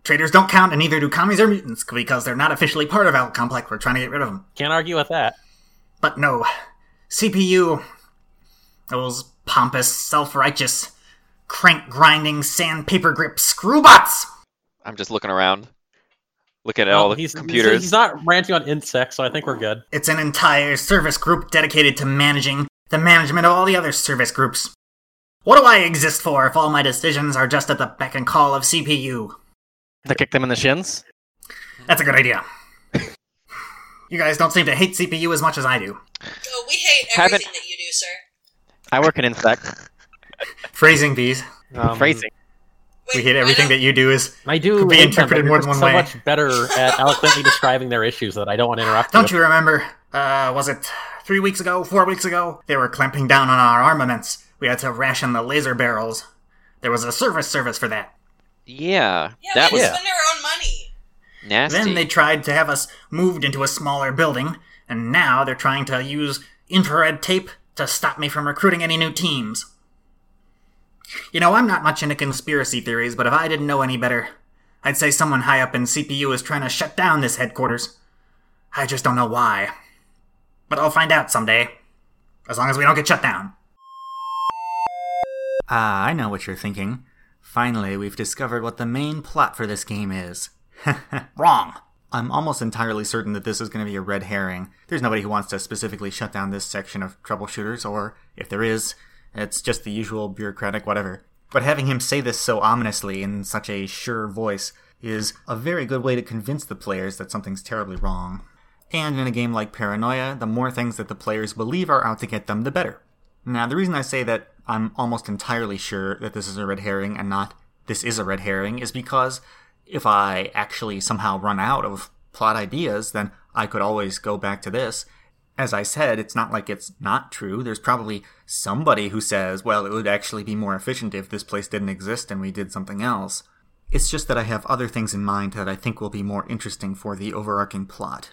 Traders don't count, and neither do commies or mutants, because they're not officially part of Alpha Complex. We're trying to get rid of them.
Can't argue with that.
But no, CPU, those pompous, self righteous, crank grinding, sandpaper grip screwbots!
I'm just looking around, looking at
Well,
all the
Oh, he's,
computers.
He's not ranting on insects, so I think we're good.
It's an entire service group dedicated to managing the management of all the other service groups. What do I exist for if all my decisions are just at the beck and call of CPU?
to kick them in the shins.
That's a good idea. You guys don't seem to hate CPU as much as I do.
Oh, we hate
Haven't-
everything that you do, sir.
I work in insect
Phrasing bees.
Um,
phrasing.
Wait,
We hate everything that you do is
I do
Could be
hate them,
interpreted
but
more
you're
than one
so
way.
much better at eloquently describing their issues that I don't want to interrupt.
Don't you remember? Uh, was it three weeks ago, four weeks ago? They were clamping down on our armaments. We had to ration the laser barrels. There was a service service for that.
Yeah,
Yeah,
that
they
was
spend their own money.
nasty.
Then they tried to have us moved into a smaller building, and now they're trying to use infrared tape to stop me from recruiting any new teams. You know, I'm not much into conspiracy theories, but if I didn't know any better, I'd say someone high up in CPU is trying to shut down this headquarters. I just don't know why. But I'll find out someday. As long as we don't get shut down.
Ah, I know what you're thinking. Finally, we've discovered what the main plot for this game is.
Wrong.
I'm almost entirely certain that this is going to be a red herring. There's nobody who wants to specifically shut down this section of troubleshooters, or if there is, it's just the usual bureaucratic whatever. But having him say this so ominously in such a sure voice is a very good way to convince the players that something's terribly wrong. And in a game like Paranoia, the more things that the players believe are out to get them, the better. Now, the reason I say that I'm almost entirely sure that this is a red herring and not this is a red herring is because if I actually somehow run out of plot ideas, then I could always go back to this. As I said, it's not like it's not true. There's probably somebody who says, well, it would actually be more efficient if this place didn't exist and we did something else. It's just that I have other things in mind that I think will be more interesting for the overarching plot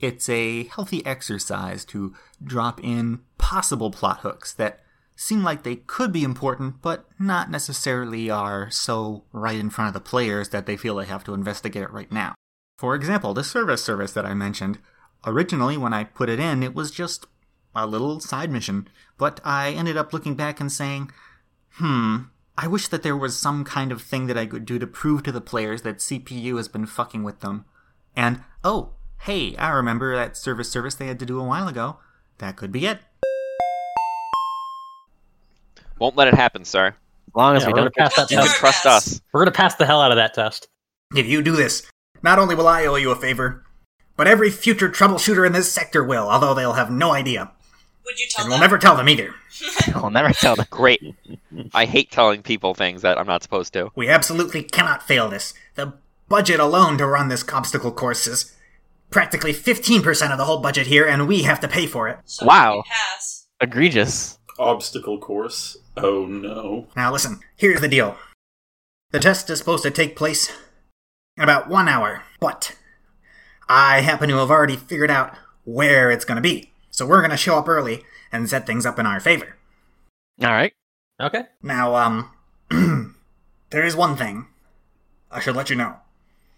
it's a healthy exercise to drop in possible plot hooks that seem like they could be important, but not necessarily are so right in front of the players that they feel they have to investigate it right now. For example, the service service that I mentioned, originally when I put it in, it was just a little side mission, but I ended up looking back and saying, hmm, I wish that there was some kind of thing that I could do to prove to the players that CPU has been fucking with them. And, oh, hey, I remember that service service they had to do a while ago. That could be it.
Won't let it happen, sir.
As long as
Yeah,
we
we're
don't
gonna
get
pass that
You
Yes.
can
test.
trust us.
We're gonna pass the hell out of that test.
If you do this, not only will I owe you a favor, but every future troubleshooter in this sector will, although they'll have no idea.
Would you tell
And
them?
we'll never tell them either.
I'll never tell them.
Great. I hate telling people things that I'm not supposed to.
We absolutely cannot fail this. The budget alone to run this obstacle course is practically 15% of the whole budget here, and we have to pay for it.
So
Wow.
you Pass.
Egregious.
Obstacle course? Oh no.
Now, listen, here's the deal the test is supposed to take place in about one hour, but I happen to have already figured out where it's going to be, so we're going to show up early and set things up in our favor.
All right.
Okay.
Now, um, there is one thing I should let you know.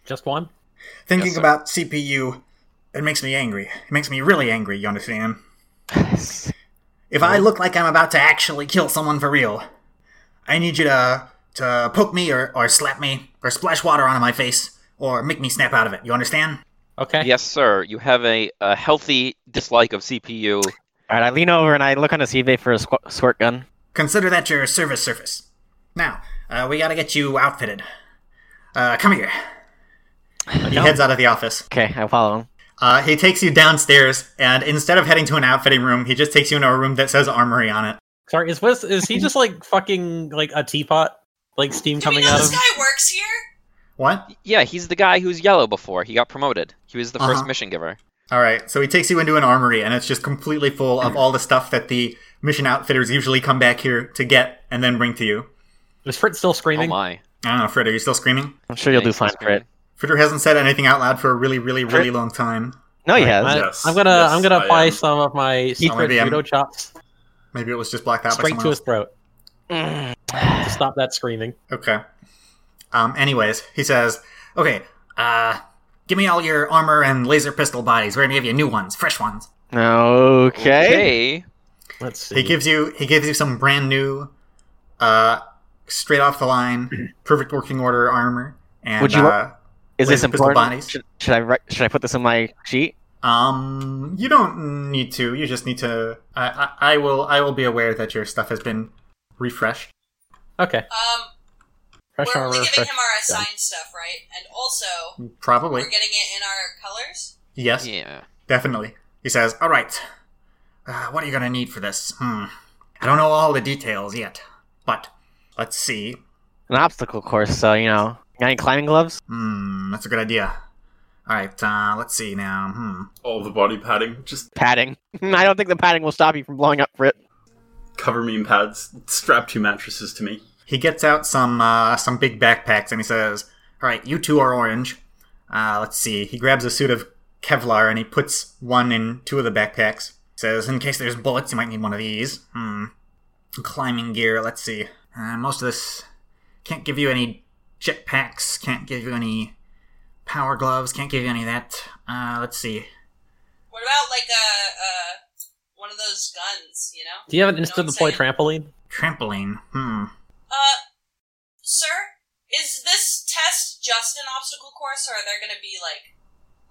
Just one.
Thinking
Yes, sir.
about CPU It makes me angry. It makes me really angry, you understand? If I look like I'm about to actually kill someone for real, I need you to to poke me or, or slap me or splash water onto my face or make me snap out of it. You understand?
Okay.
Yes, sir. You have a, a healthy dislike of CPU.
All right, I lean over and I look on his eBay for a squ- squirt gun.
Consider that your service surface. Now, uh, we gotta get you outfitted. Uh, come here. He heads out of the office.
Okay, I follow him.
Uh, he takes you downstairs, and instead of heading to an outfitting room, he just takes you into a room that says armory on it.
Sorry, is Wes, is he just like fucking like a teapot? Like steam
Do we
coming
know
out of
this
him?
guy works here?
What?
Yeah, he's the guy who's yellow before. He got promoted. He was the
Uh-huh.
first mission giver.
All right, so he takes you into an armory, and it's just completely full of all the stuff that the mission outfitters usually come back here to get and then bring to you.
Is Fritz still
Oh
screaming?
my.
I don't know, Fred, are you still screaming?
I'm sure you'll do
Thanks for
fine for it.
screaming.
Fritter hasn't said anything out loud for a really, really, really
Frit-
long time.
Oh,
No, he
I,
has.
Yes,
am gonna
yes,
I'm gonna
I
apply
am.
some of my secret
maybe I'm-
judo chops
Maybe it was just blacked out by
straight
someone
to
else.
his throat
Mm.
to stop that screaming.
Okay. Um, anyways, he says, okay, uh, give me all your armor and laser pistol bodies. We're gonna give you new ones, fresh ones.
Okay.
Okay.
Let's see.
He gives you, he gives you some brand new, uh, straight off the line, perfect working order armor. And,
Would you-
uh,
Is this
Laser pistol
important?
bodies.
Should, should I write, should I put this in my sheet?
Um, you don't need to. You just need to. I, I, I will. I will be aware that your stuff has been refreshed.
okay.
Um,
Fresh
we're
armor.
only giving
Fresh.
him our assigned stuff, right? And also,
Probably.
we're getting it in our colors.
Yes.
Yeah.
Definitely. He says, "All right. Uh, what are you gonna need for this? Hmm. I don't know all the details yet, but let's see.
An obstacle course, so you know. Got any climbing gloves?
Hmm. That's a good idea. All right. Uh, let's see now. Hmm.
All the body padding, just
Padding. I don't think the padding will stop you from blowing up for it.
cover me in pads, strap two mattresses to me.
He gets out some uh, some big backpacks and he says, "All right, you two are orange. Uh, let's see." He grabs a suit of Kevlar and he puts one in two of the backpacks. Says, "In case there's bullets, you might need one of these." Hmm. Climbing gear. Let's see. Uh, most of this can't give you any jetpacks. Can't give you any power gloves. Can't give you any of that. Uh, let's see.
What about like a uh, one of those guns? You know?
Do you have an instant
Don't
deploy
say
trampoline?
Trampoline. Hmm.
Uh, sir, is this test just an obstacle course, or are there going to be like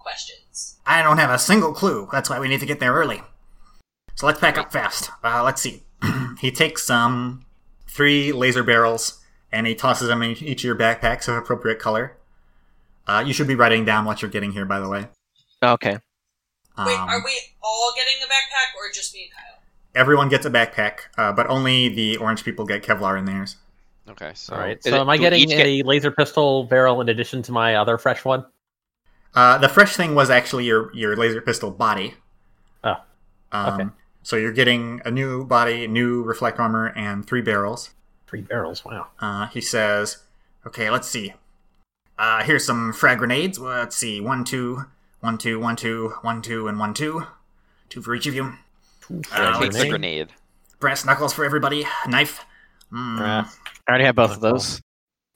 questions?
I don't have a single clue. That's why we need to get there early. So let's pack up fast. Uh, let's see. he takes um, three laser barrels and he tosses them in each of your backpacks of appropriate color. Uh, you should be writing down what you're getting here, by the way.
Okay.
Um,
Wait, are we all getting a backpack, or just me and Kyle?
Everyone gets a backpack, uh, but only the orange people get Kevlar in theirs.
Okay. So,
All right.
Oh, is
So
it-
am I
do we
getting
each get-
a laser pistol barrel in addition to my other fresh one?
Uh, the fresh thing was actually your, your laser pistol body.
Oh.
Um,
Okay.
So you're getting a new body, new reflect armor, and three barrels.
Three barrels. Wow.
Uh, he says, "Okay, let's see. Uh, here's some frag grenades. Well, Let's see, one, two, one, two, one, two, one, two, and one, two, two for each of you.
Yeah,
Uh,
take
let's
the
see.
grenade.
Brass knuckles for everybody. Knife. Mm,
Brass.
I already have both of those.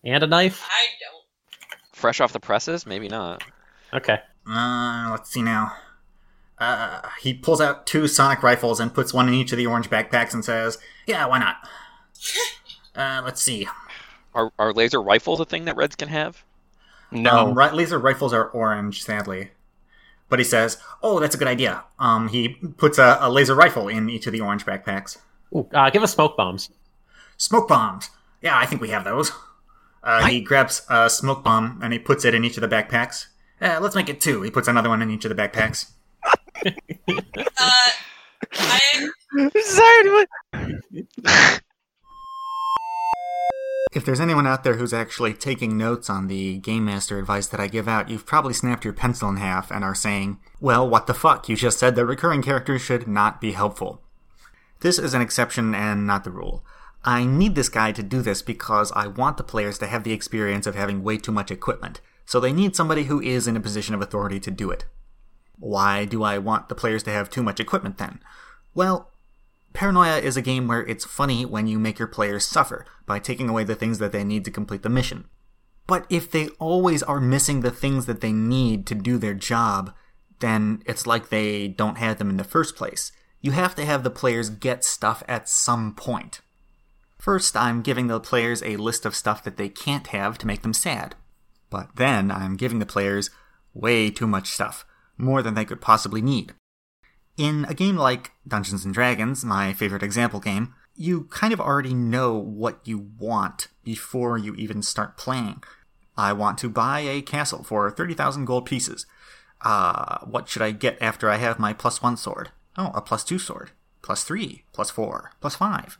And a knife.
I don't.
Fresh off the presses? Maybe not.
Okay.
Uh, let's see now. Uh, he pulls out two sonic rifles and puts one in each of the orange backpacks and says, "Yeah, why not? Uh, let's see.
Are, are laser rifles a thing that Reds can have?
No.
Um, ri- laser rifles are orange, sadly. But he says, "Oh, that's a good idea." Um, he puts a, a laser rifle in each of the orange backpacks.
Ooh, uh, give us smoke bombs.
Smoke bombs. Yeah, I think we have those. Uh, he grabs a smoke bomb and he puts it in each of the backpacks. Uh, let's make it two. He puts another one in each of the backpacks.
Uh, I
Sorry, but-
If there's anyone out there who's actually taking notes on the game master advice that I give out, you've probably snapped your pencil in half and are saying, "Well, what the fuck? You just said that recurring characters should not be helpful." This is an exception and not the rule. I need this guide to do this because I want the players to have the experience of having way too much equipment, so they need somebody who is in a position of authority to do it. Why do I want the players to have too much equipment then? Well, Paranoia is a game where it's funny when you make your players suffer by taking away the things that they need to complete the mission. But if they always are missing the things that they need to do their job, then it's like they don't have them in the first place. You have to have the players get stuff at some point. First, I'm giving the players a list of stuff that they can't have to make them sad. But then I'm giving the players way too much stuff, more than they could possibly need. In a game like Dungeons and Dragons, my favorite example game, you kind of already know what you want before you even start playing. I want to buy a castle for 30,000 gold pieces. Uh, what should I get after I have my plus one sword? Oh, a plus two sword. Plus three. Plus four. Plus five.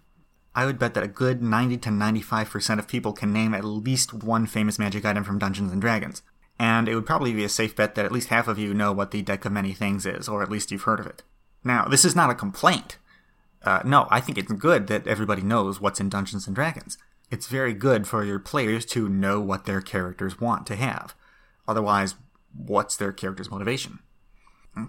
I would bet that a good 90 to 95% of people can name at least one famous magic item from Dungeons and Dragons. And it would probably be a safe bet that at least half of you know what the deck of many things is, or at least you've heard of it. Now, this is not a complaint. Uh, no, I think it's good that everybody knows what's in Dungeons and Dragons. It's very good for your players to know what their characters want to have. Otherwise, what's their character's motivation?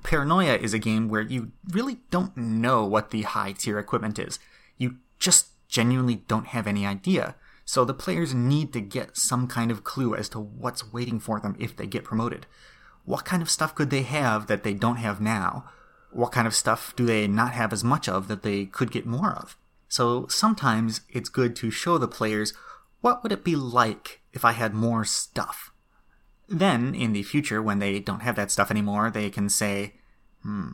Paranoia is a game where you really don't know what the high tier equipment is. You just genuinely don't have any idea. So the players need to get some kind of clue as to what's waiting for them if they get promoted. What kind of stuff could they have that they don't have now? What kind of stuff do they not have as much of that they could get more of? So sometimes it's good to show the players what would it be like if I had more stuff? Then, in the future, when they don't have that stuff anymore, they can say, hmm,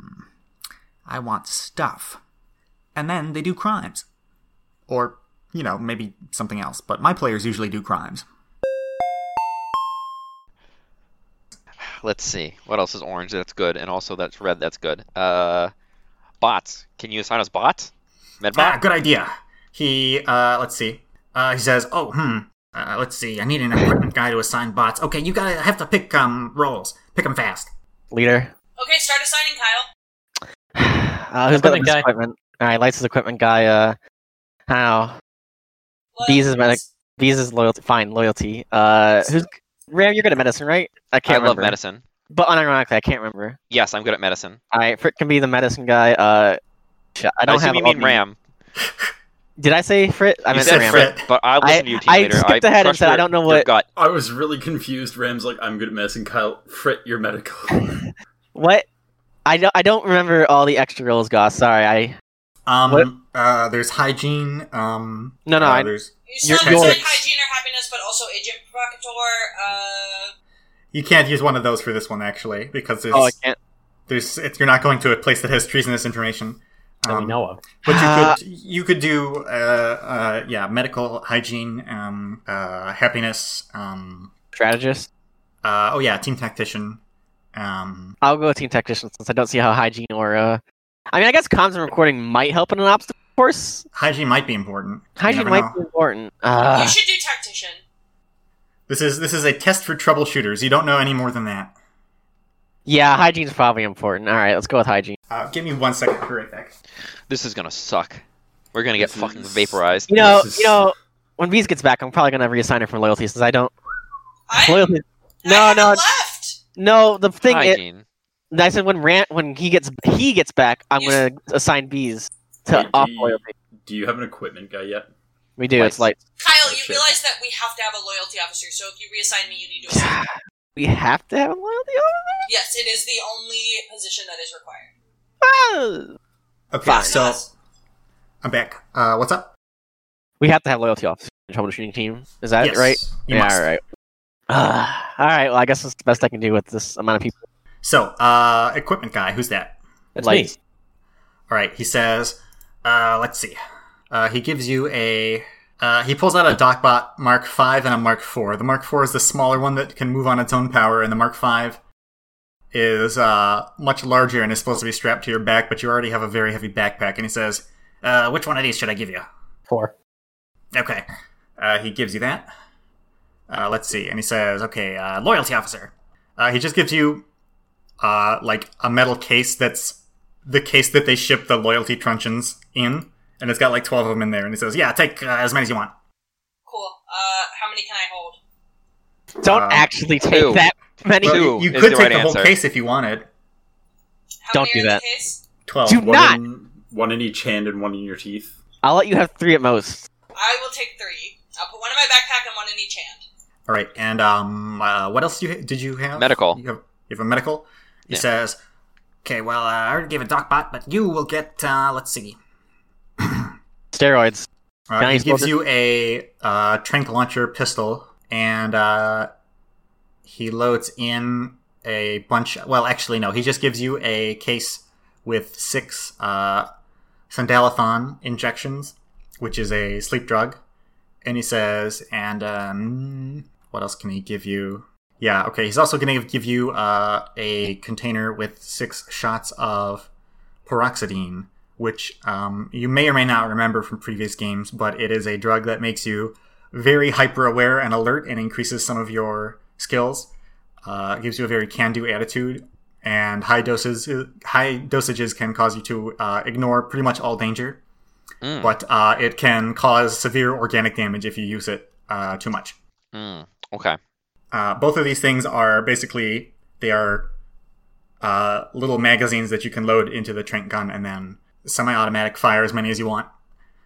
I want stuff. And then they do crimes or you know maybe something else but my players usually do crimes
Let's see. What else is orange that's good, and also that's red that's good. Uh, bots. Can you assign us bots?
ah
Medbot.
good idea he uh let's see uh he says oh hmm uh, let's see i need an equipment guy to assign bots okay you gotta have to pick um roles pick them fast
Leader.
Okay, start assigning Kyle.
Uh, who's got the
Equipment guy.
equipment? All right, lights is equipment guy. Uh, how? These is medic- Visa's loyalty. Fine, loyalty. Uh, who's Ram? You're good at medicine, right? I
I
can't
love
remember.
medicine.
But unironically, I can't remember.
Yes, I'm good at medicine.
All right, Frick can be the medicine guy. Uh, shit, I don't
assume
have.
you
all
mean
the-
Ram.
Did I say Frit? I
you
meant
said
Ram.
Frit, but I
I-
listened to you, team
I
leader.
skipped ahead and
trust
said I
your-
don't know
your
what-
gut.
I was really confused. Ram's like, I'm good at medicine. Kyle, fret your medical.
What? I don't. I don't remember all the extra roles, Goss. Sorry. I
Um,
What-
uh, there's hygiene. Um,
no no.
uh,
I,
there's
You still
You're-
assign
you're-
hygiene or happiness, but also agent provocateur. Uh,
you can't use one of those for this one actually because there's
oh, I can't.
there's it's, you're not going to a place that has treasonous information.
that
Um,
we know of.
But
Uh,
you could you could do uh, uh, yeah medical hygiene um, uh, happiness um,
Strategist.
uh, oh yeah team tactician um,
I'll go with team tactician since I don't see how hygiene or. Uh, I mean, I guess comms and recording might help in an obstacle course.
hygiene might be important. You
Hygiene
never
might
know.
be important. Uh,
you should do tactician.
This is this is a test for troubleshooters. You don't know any more than that.
yeah, hygiene's probably important. All right, let's go with hygiene.
Uh, give me one second. I'll be right back.
This is gonna suck. We're gonna get
This
fucking
is-
vaporized.
You know,
This is-
you know, when Bees gets back, I'm probably gonna reassign her from loyalty since I don't
I,
loyalty.
I
No,
haven't
no.
left.
No, the thing is,
Hygiene.
I said when Rant when he gets he gets back, I'm
You-
gonna assign Bees to
Wait,
off
do you-
loyalty.
Do you have an equipment guy yet?
We do. It's like
Kyle,
Oh,
you
shit.
realize that we have to have a loyalty officer, so if you reassign me, you need to assign.
we have to have a loyalty.
yes, it is the only position that is required.
officer?
Okay,
Fine.
so
Yes.
I'm back. Uh, what's up?
We have to have loyalty officer in troubleshooting team. Is that
yes,
right?
You
yeah.
must.
All right. Uh, all right. Well, I guess that's the best I can do with this amount of people.
So, uh, equipment guy, who's that?
That's
Like-
me.
All right, he says, uh, let's see. Uh, he gives you a. Uh, he pulls out a DocBot Mark V and a Mark IV. The Mark IV is the smaller one that can move on its own power, and the Mark V is uh, much larger and is supposed to be strapped to your back, but you already have a very heavy backpack. And he says, uh, which one of these should I give you?
Four.
Okay. Uh, he gives you that. Uh, let's see. And he says, okay, uh, loyalty officer. Uh, he just gives you, uh, like, a metal case that's the case that they ship the loyalty truncheons in. And it's got, like, 12 of them in there. And he says, yeah, take uh, as many as you want.
Cool. Uh, how many can I hold?
Don't
Uh,
actually take
two.
that many.
Two.
you, you
is
could take
the right
the
answer.
whole case if you wanted.
How
Don't
many
do
are in
that.
The case?
12.
Do
one
not.
In, one in each hand and one in your teeth.
I'll let you have three at most.
I will take three. I'll put one in my backpack and one in each hand.
All right. And um, uh, what else do you, did you have?
Medical.
You have, you have a medical?
He
Yeah.
says, "Okay, well, uh, I already gave a docbot, but you will get. Uh, let's see.
Steroids.
Uh,
Can I
he
explode
gives
it?
you a uh, trank launcher pistol, and uh, he loads in a bunch. Well, actually, no. He just gives you a case with six uh, sandalathon injections, which is a sleep drug. And he says, and um, what else can he give you? Yeah, okay. He's also going to give you uh, a container with six shots of peroxidine, which um, you may or may not remember from previous games, but it is a drug that makes you very hyper aware and alert and increases some of your skills. Uh, it gives you a very can do attitude, and high doses high dosages can cause you to uh, ignore pretty much all danger,
Mm.
but uh, it can cause severe organic damage if you use it uh, too much.
Mm. Okay.
Uh, both of these things are basically they are uh, little magazines that you can load into the trank gun and then semi-automatic fire as many as you want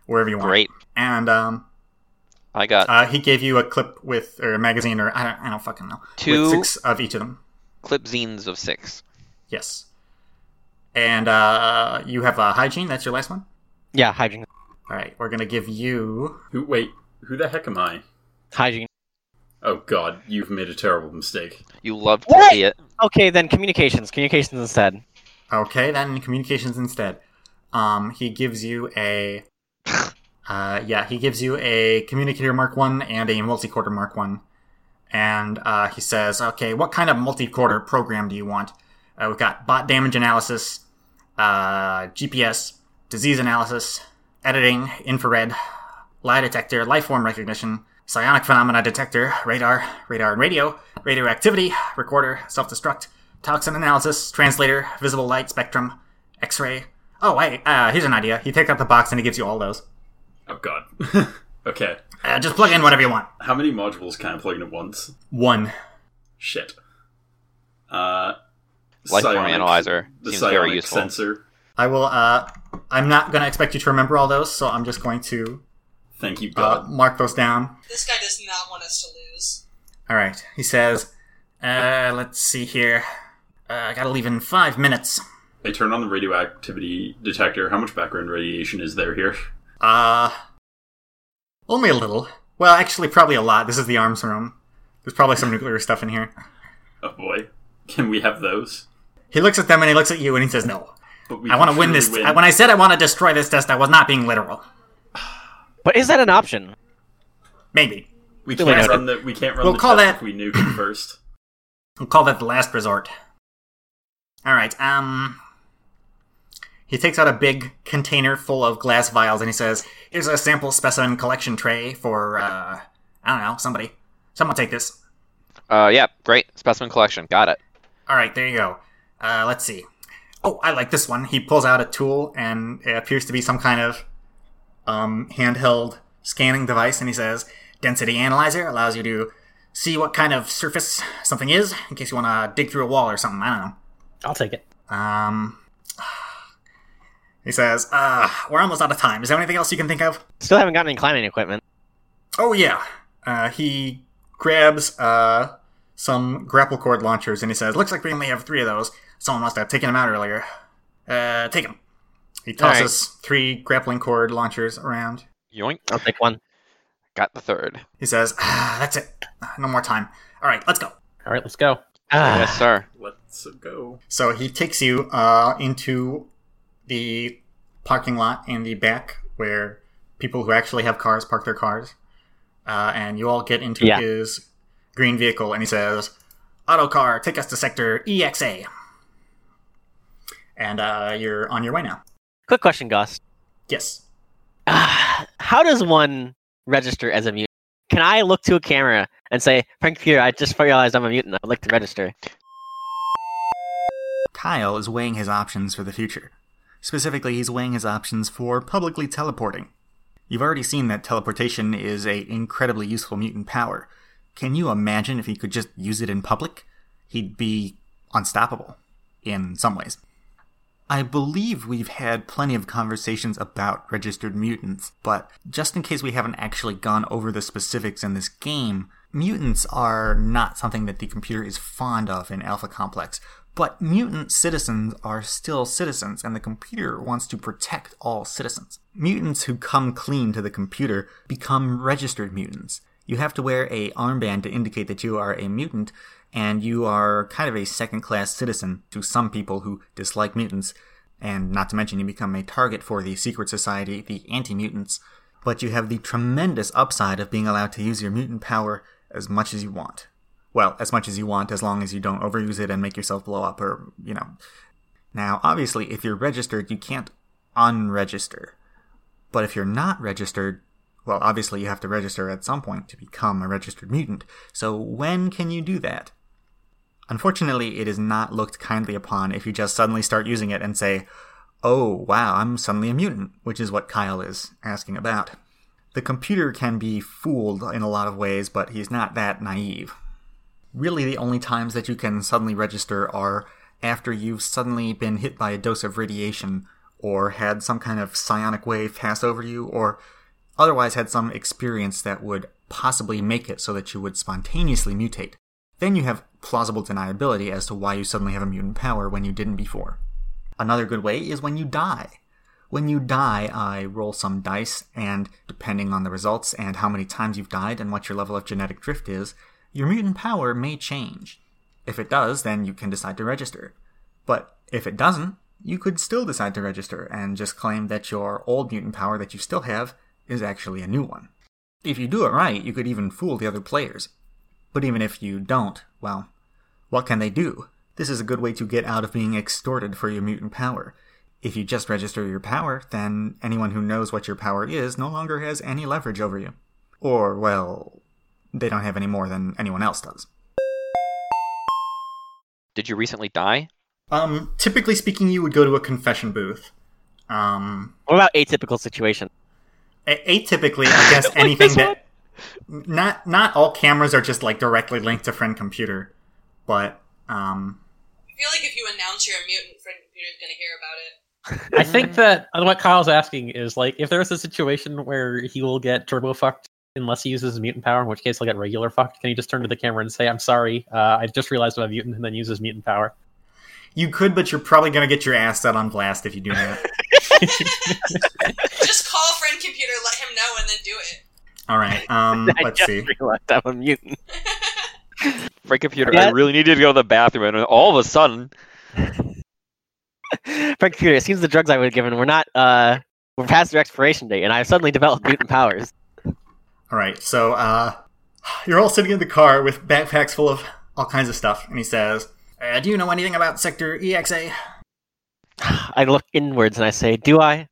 wherever you want.
Great.
And um,
I got
uh, he gave you a clip with or a magazine or I don't, I don't fucking know
two
with six of each of them.
clip zines of six.
Yes. And uh, you have uh, hygiene. That's your last one.
Yeah, hygiene.
All right, we're gonna give you.
Who? Wait, who the heck am I?
Hygiene.
Oh God, you've made a terrible mistake.
You love to
What?
see it.
Okay, then communications. Communications instead.
Okay, then communications instead. Um, he gives you a. Uh, yeah, he gives you a communicator mark one and a multi-quarter mark one, and uh, he says, "Okay, what kind of multi-quarter program do you want? Uh, we've got bot damage analysis, uh, GPS, disease analysis, editing, infrared, lie detector, life form recognition, psionic phenomena detector, radar, radar and radio, radioactivity, recorder, self destruct, toxin analysis, translator, visible light spectrum, x ray. Oh, wait, uh, here's an idea. He takes out the box and he gives you all those.
Oh God. okay.
Uh, just plug in whatever you want.
How many modules can I plug in at once?
One.
Shit. Uh.
Life form
psionic-
analyzer
The
seems
psionic
very useful.
sensor.
I will, uh, I'm not going to expect you to remember all those, so I'm just going to
Thank you,
uh,
Uh-huh.
God.
mark those down.
This guy does not want us to lose.
All right. He says, uh, let's see here. Uh, I gotta leave in five minutes.
I turn on the radioactivity detector. How much background radiation is there here?
Uh, only a little. Well, actually, probably a lot. This is the arms room. There's probably some nuclear stuff in here.
Oh boy. Can we have those?
He looks at them and he looks at you and he says, "No,
But we
I want to
can
win
surely
this. I, when I said I want to destroy this test, I was not being literal.
But is that an option?
Maybe
we
Really
can't
not.
run the. We can't run
We'll
the
call
test
that-
if we nuke it first.
we'll call that the last resort." All right. Um, he takes out a big container full of glass vials and he says, "Here's a sample specimen collection tray for uh, I don't know, somebody. Someone take this."
Uh, yeah, great specimen collection. Got it.
All right, there you go. Uh, let's see. Oh, I like this one. He pulls out a tool, and it appears to be some kind of um, handheld scanning device, and he says, "Density analyzer allows you to see what kind of surface something is, in case you want to dig through a wall or something. I don't
I'll take it.
know." Um, he says, uh, "We're almost out of time. Is there anything else you can think of?"
Still haven't gotten any climbing equipment.
Oh yeah. Uh, he grabs uh, some grapple cord launchers and he says, "Looks like we only have three of those. Someone must have taken them out earlier. Uh, take them." He tosses three grappling cord launchers around.
Yoink.
I'll take one.
Got the third.
He says, ah, "That's it. No more time. All right, let's go."
All right, let's go. Ah.
Yes, sir.
Let's go.
So he takes you uh, into the parking lot in the back where people who actually have cars park their cars. Uh, and you all get into
Yeah.
his green vehicle and he says, Auto car, take us to sector EXA. And uh, you're on your way now.
Quick question, Gus.
Yes.
Ah, how does one register as a mutant? Can I look to a camera and say, Frank Peter, I just realized I'm a mutant. I'd like to register.
Kyle is weighing his options for the future. Specifically, he's weighing his options for publicly teleporting. You've already seen that teleportation is a incredibly useful mutant power. Can you imagine if he could just use it in public? He'd be unstoppable in some ways. I believe we've had plenty of conversations about registered mutants, but just in case we haven't actually gone over the specifics in this game, Mutants are not something that the computer is fond of in Alpha Complex, but mutant citizens are still citizens, and the computer wants to protect all citizens. Mutants who come clean to the computer become registered mutants. You have to wear a armband to indicate that you are a mutant, and you are kind of a second class citizen to some people who dislike mutants, and not to mention you become a target for the secret society, the anti mutants, but you have the tremendous upside of being allowed to use your mutant power as much as you want. Well, as much as you want, as long as you don't overuse it and make yourself blow up, or, you know. Now, obviously, if you're registered, you can't unregister. But if you're not registered, well, obviously, you have to register at some point to become a registered mutant. So, when can you do that? Unfortunately, it is not looked kindly upon if you just suddenly start using it and say, oh, wow, I'm suddenly a mutant, which is what Kyle is asking about. The computer can be fooled in a lot of ways, but he's not that naive. Really, the only times that you can suddenly register are after you've suddenly been hit by a dose of radiation, or had some kind of psionic wave pass over you, or otherwise had some experience that would possibly make it so that you would spontaneously mutate. Then you have plausible deniability as to why you suddenly have a mutant power when you didn't before. Another good way is when you die. When you die, I roll some dice, and depending on the results and how many times you've died and what your level of genetic drift is, your mutant power may change. If it does, then you can decide to register. But if it doesn't, you could still decide to register and just claim that your old mutant power that you still have is actually a new one. If you do it right, you could even fool the other players. But even if you don't, well, what can they do? This is a good way to get out of being extorted for your mutant power. If you just register your power, then anyone who knows what your power is no longer has any leverage over you. Or, well, they don't have any more than anyone else does.
Did you recently die?
Um, typically speaking, you would go to a confession booth. Um,
What about atypical situation?
a- atypically, I guess anything that not not all cameras are just like directly linked to friend computer, but um,
I feel like if you announce you're a mutant, friend computer's gonna hear about it.
I think that what Kyle's asking is like if there's a situation where he will get turbo fucked unless he uses his mutant power, in which case he'll get regular fucked. Can he just turn to the camera and say, "I'm sorry, uh, I just realized I'm a mutant," and then use his mutant power?
you could, but you're probably gonna get your ass set on blast if you do that.
Just call friend computer, let him know, and then do it.
all right, um,
I
let's
just
see.
realized I'm a mutant.
Frank computer, I
Yeah.
really needed to go to the bathroom, and all of a sudden,
Frank Computer, it seems the drugs I was given were not, uh, were past their expiration date, and I've suddenly developed mutant powers.
All right, so uh, you're all sitting in the car with backpacks full of all kinds of stuff, and he says, uh, "Do you know anything about Sector E EXA?"
I look inwards and I say, Do I?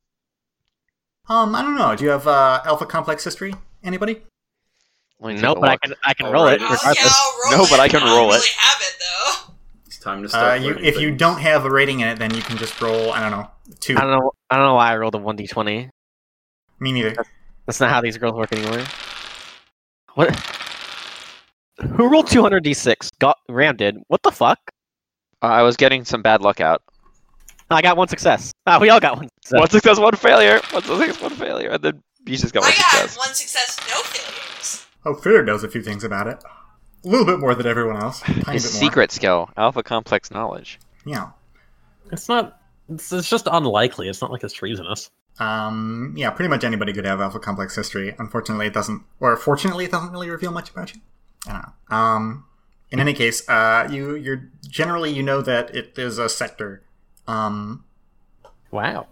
Um, I don't know. Do you have uh, Alpha Complex history? Anybody?
let me take
No,
a
but I
look.
can, I can
All
roll it
right.
I'll, Oh, yeah,
regardless.
I'll roll
No,
it.
but I can roll
I
it.
don't really have it though.
It's time to
Uh,
start.
you,
learning
if you
things.
don't have a rating in it, then you can just roll. I don't know, two.
I don't know. I don't know why I rolled a one d twenty.
Me neither.
That's not how these girls work anymore. What? Who rolled two hundred d six? Got Ram did. What the fuck?
Uh, I was getting some bad luck out.
I got one success. Ah, we all got one success.
One success, one failure. One success, one failure, and then you just got
I
one
got
success.
one success, no failures.
Oh, Fritter knows a few things about it. A little bit more than everyone else. Tiny bit more.
His secret skill, alpha complex knowledge.
Yeah.
It's not. It's, it's just unlikely. It's not like it's treasonous.
Um, yeah, pretty much anybody could have alpha complex history. Unfortunately, it doesn't, or fortunately, it doesn't really reveal much about you. I don't know. Um, in any case, uh, you you're generally you know that it is a sector. Um,
Wow.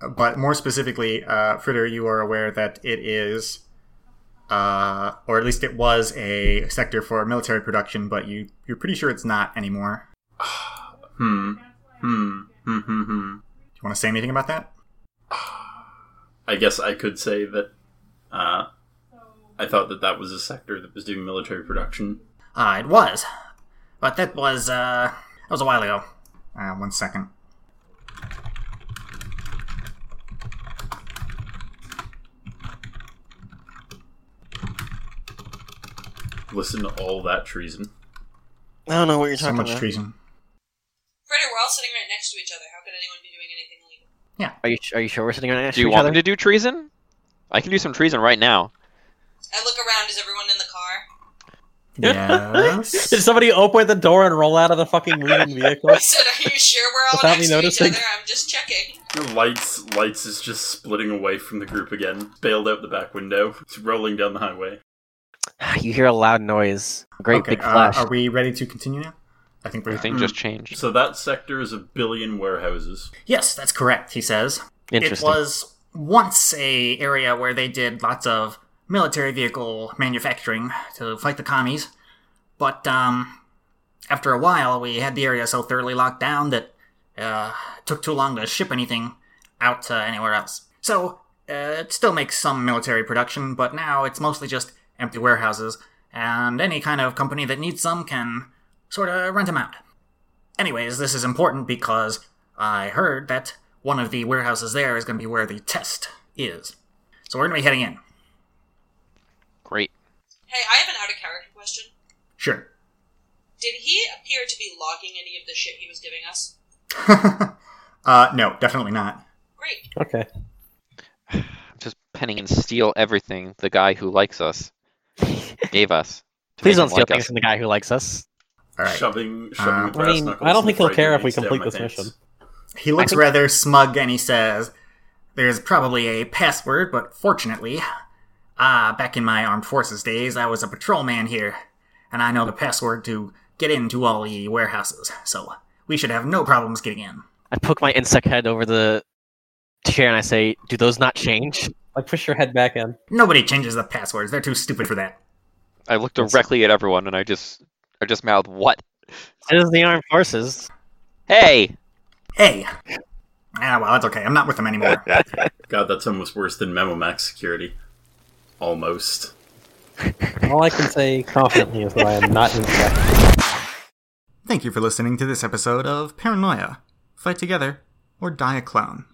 but more specifically, uh, Fritter, you are aware that it is, uh, or at least it was a sector for military production, but you you're pretty sure it's not anymore.
Hmm. Hmm. Hmm. Hmm. Hmm.
Do you want to say anything about that?
I guess I could say that. Uh, I thought that that was a sector that was doing military production.
Ah, it was, but that was uh, that was a while ago. Uh, one second.
Listen to all that treason.
I don't know what you're
So
talking
much
about.
treason.
Fritter, we're all sitting right next to each other. How could anyone be doing anything illegal?
Are you are you sure we're sitting right next
Do you
to each
want
other?
me to do treason? I can do some treason right now.
I look around. Is everyone in the car?
Yes.
Did somebody open the door and roll out of the fucking moving vehicle?
I said, "Are you sure we're all
Without me
next to each
noticing.
other? I'm just checking."
Lights, lights is just splitting away from the group again. Bailed out the back window. It's rolling down the highway.
You hear a loud noise. A great
okay,
big
uh,
flash.
are we ready to continue now? I think we're.
Everything
Hmm.
just changed.
So that sector is a billion warehouses.
Yes, that's correct, he says. It
Interesting.
was once a area where they did lots of military vehicle manufacturing to fight the commies, but um, after a while we had the area so thoroughly locked down that uh, it took too long to ship anything out to anywhere else. So uh, it still makes some military production, but now it's mostly just empty warehouses, and any kind of company that needs some can sort of rent them out. Anyways, this is important because I heard that one of the warehouses there is going to be where the test is. So we're going to be heading in.
Great.
Hey, I have an out of character question.
Sure.
Did he appear to be logging any of the shit he was giving us?
Uh, no, definitely not.
Great.
Okay.
I'm just penning and steal everything the guy who likes us gave us. to
Please
make
don't
him
steal
like
things
us.
from the guy who likes us.
All right.
Shoving, shoving
Uh,
the brass
I mean,
knuckles
I don't
in
think
the
he'll
fried
care if
meat
we
down
complete
my
this
pants.
mission.
He looks
think-
rather smug and he says, There's probably a password, but fortunately, ah, back in my armed forces days, I was a patrolman here, and I know the password to get into all the warehouses, so we should have no problems getting in.
I poke my insect head over the chair and I say, "Do those not change?"
Like, push your head back in.
Nobody changes the passwords, they're too stupid for that.
I look directly at everyone and I just, I just mouthed, "What?
It is the armed forces.
Hey,
Hey! Ah, well, that's okay. I'm not with them anymore.
God, that's almost worse than Memo Max security. Almost.
All I can say confidently is that I am not in fact.
Thank you for listening to this episode of Paranoia. Fight together or die a clown.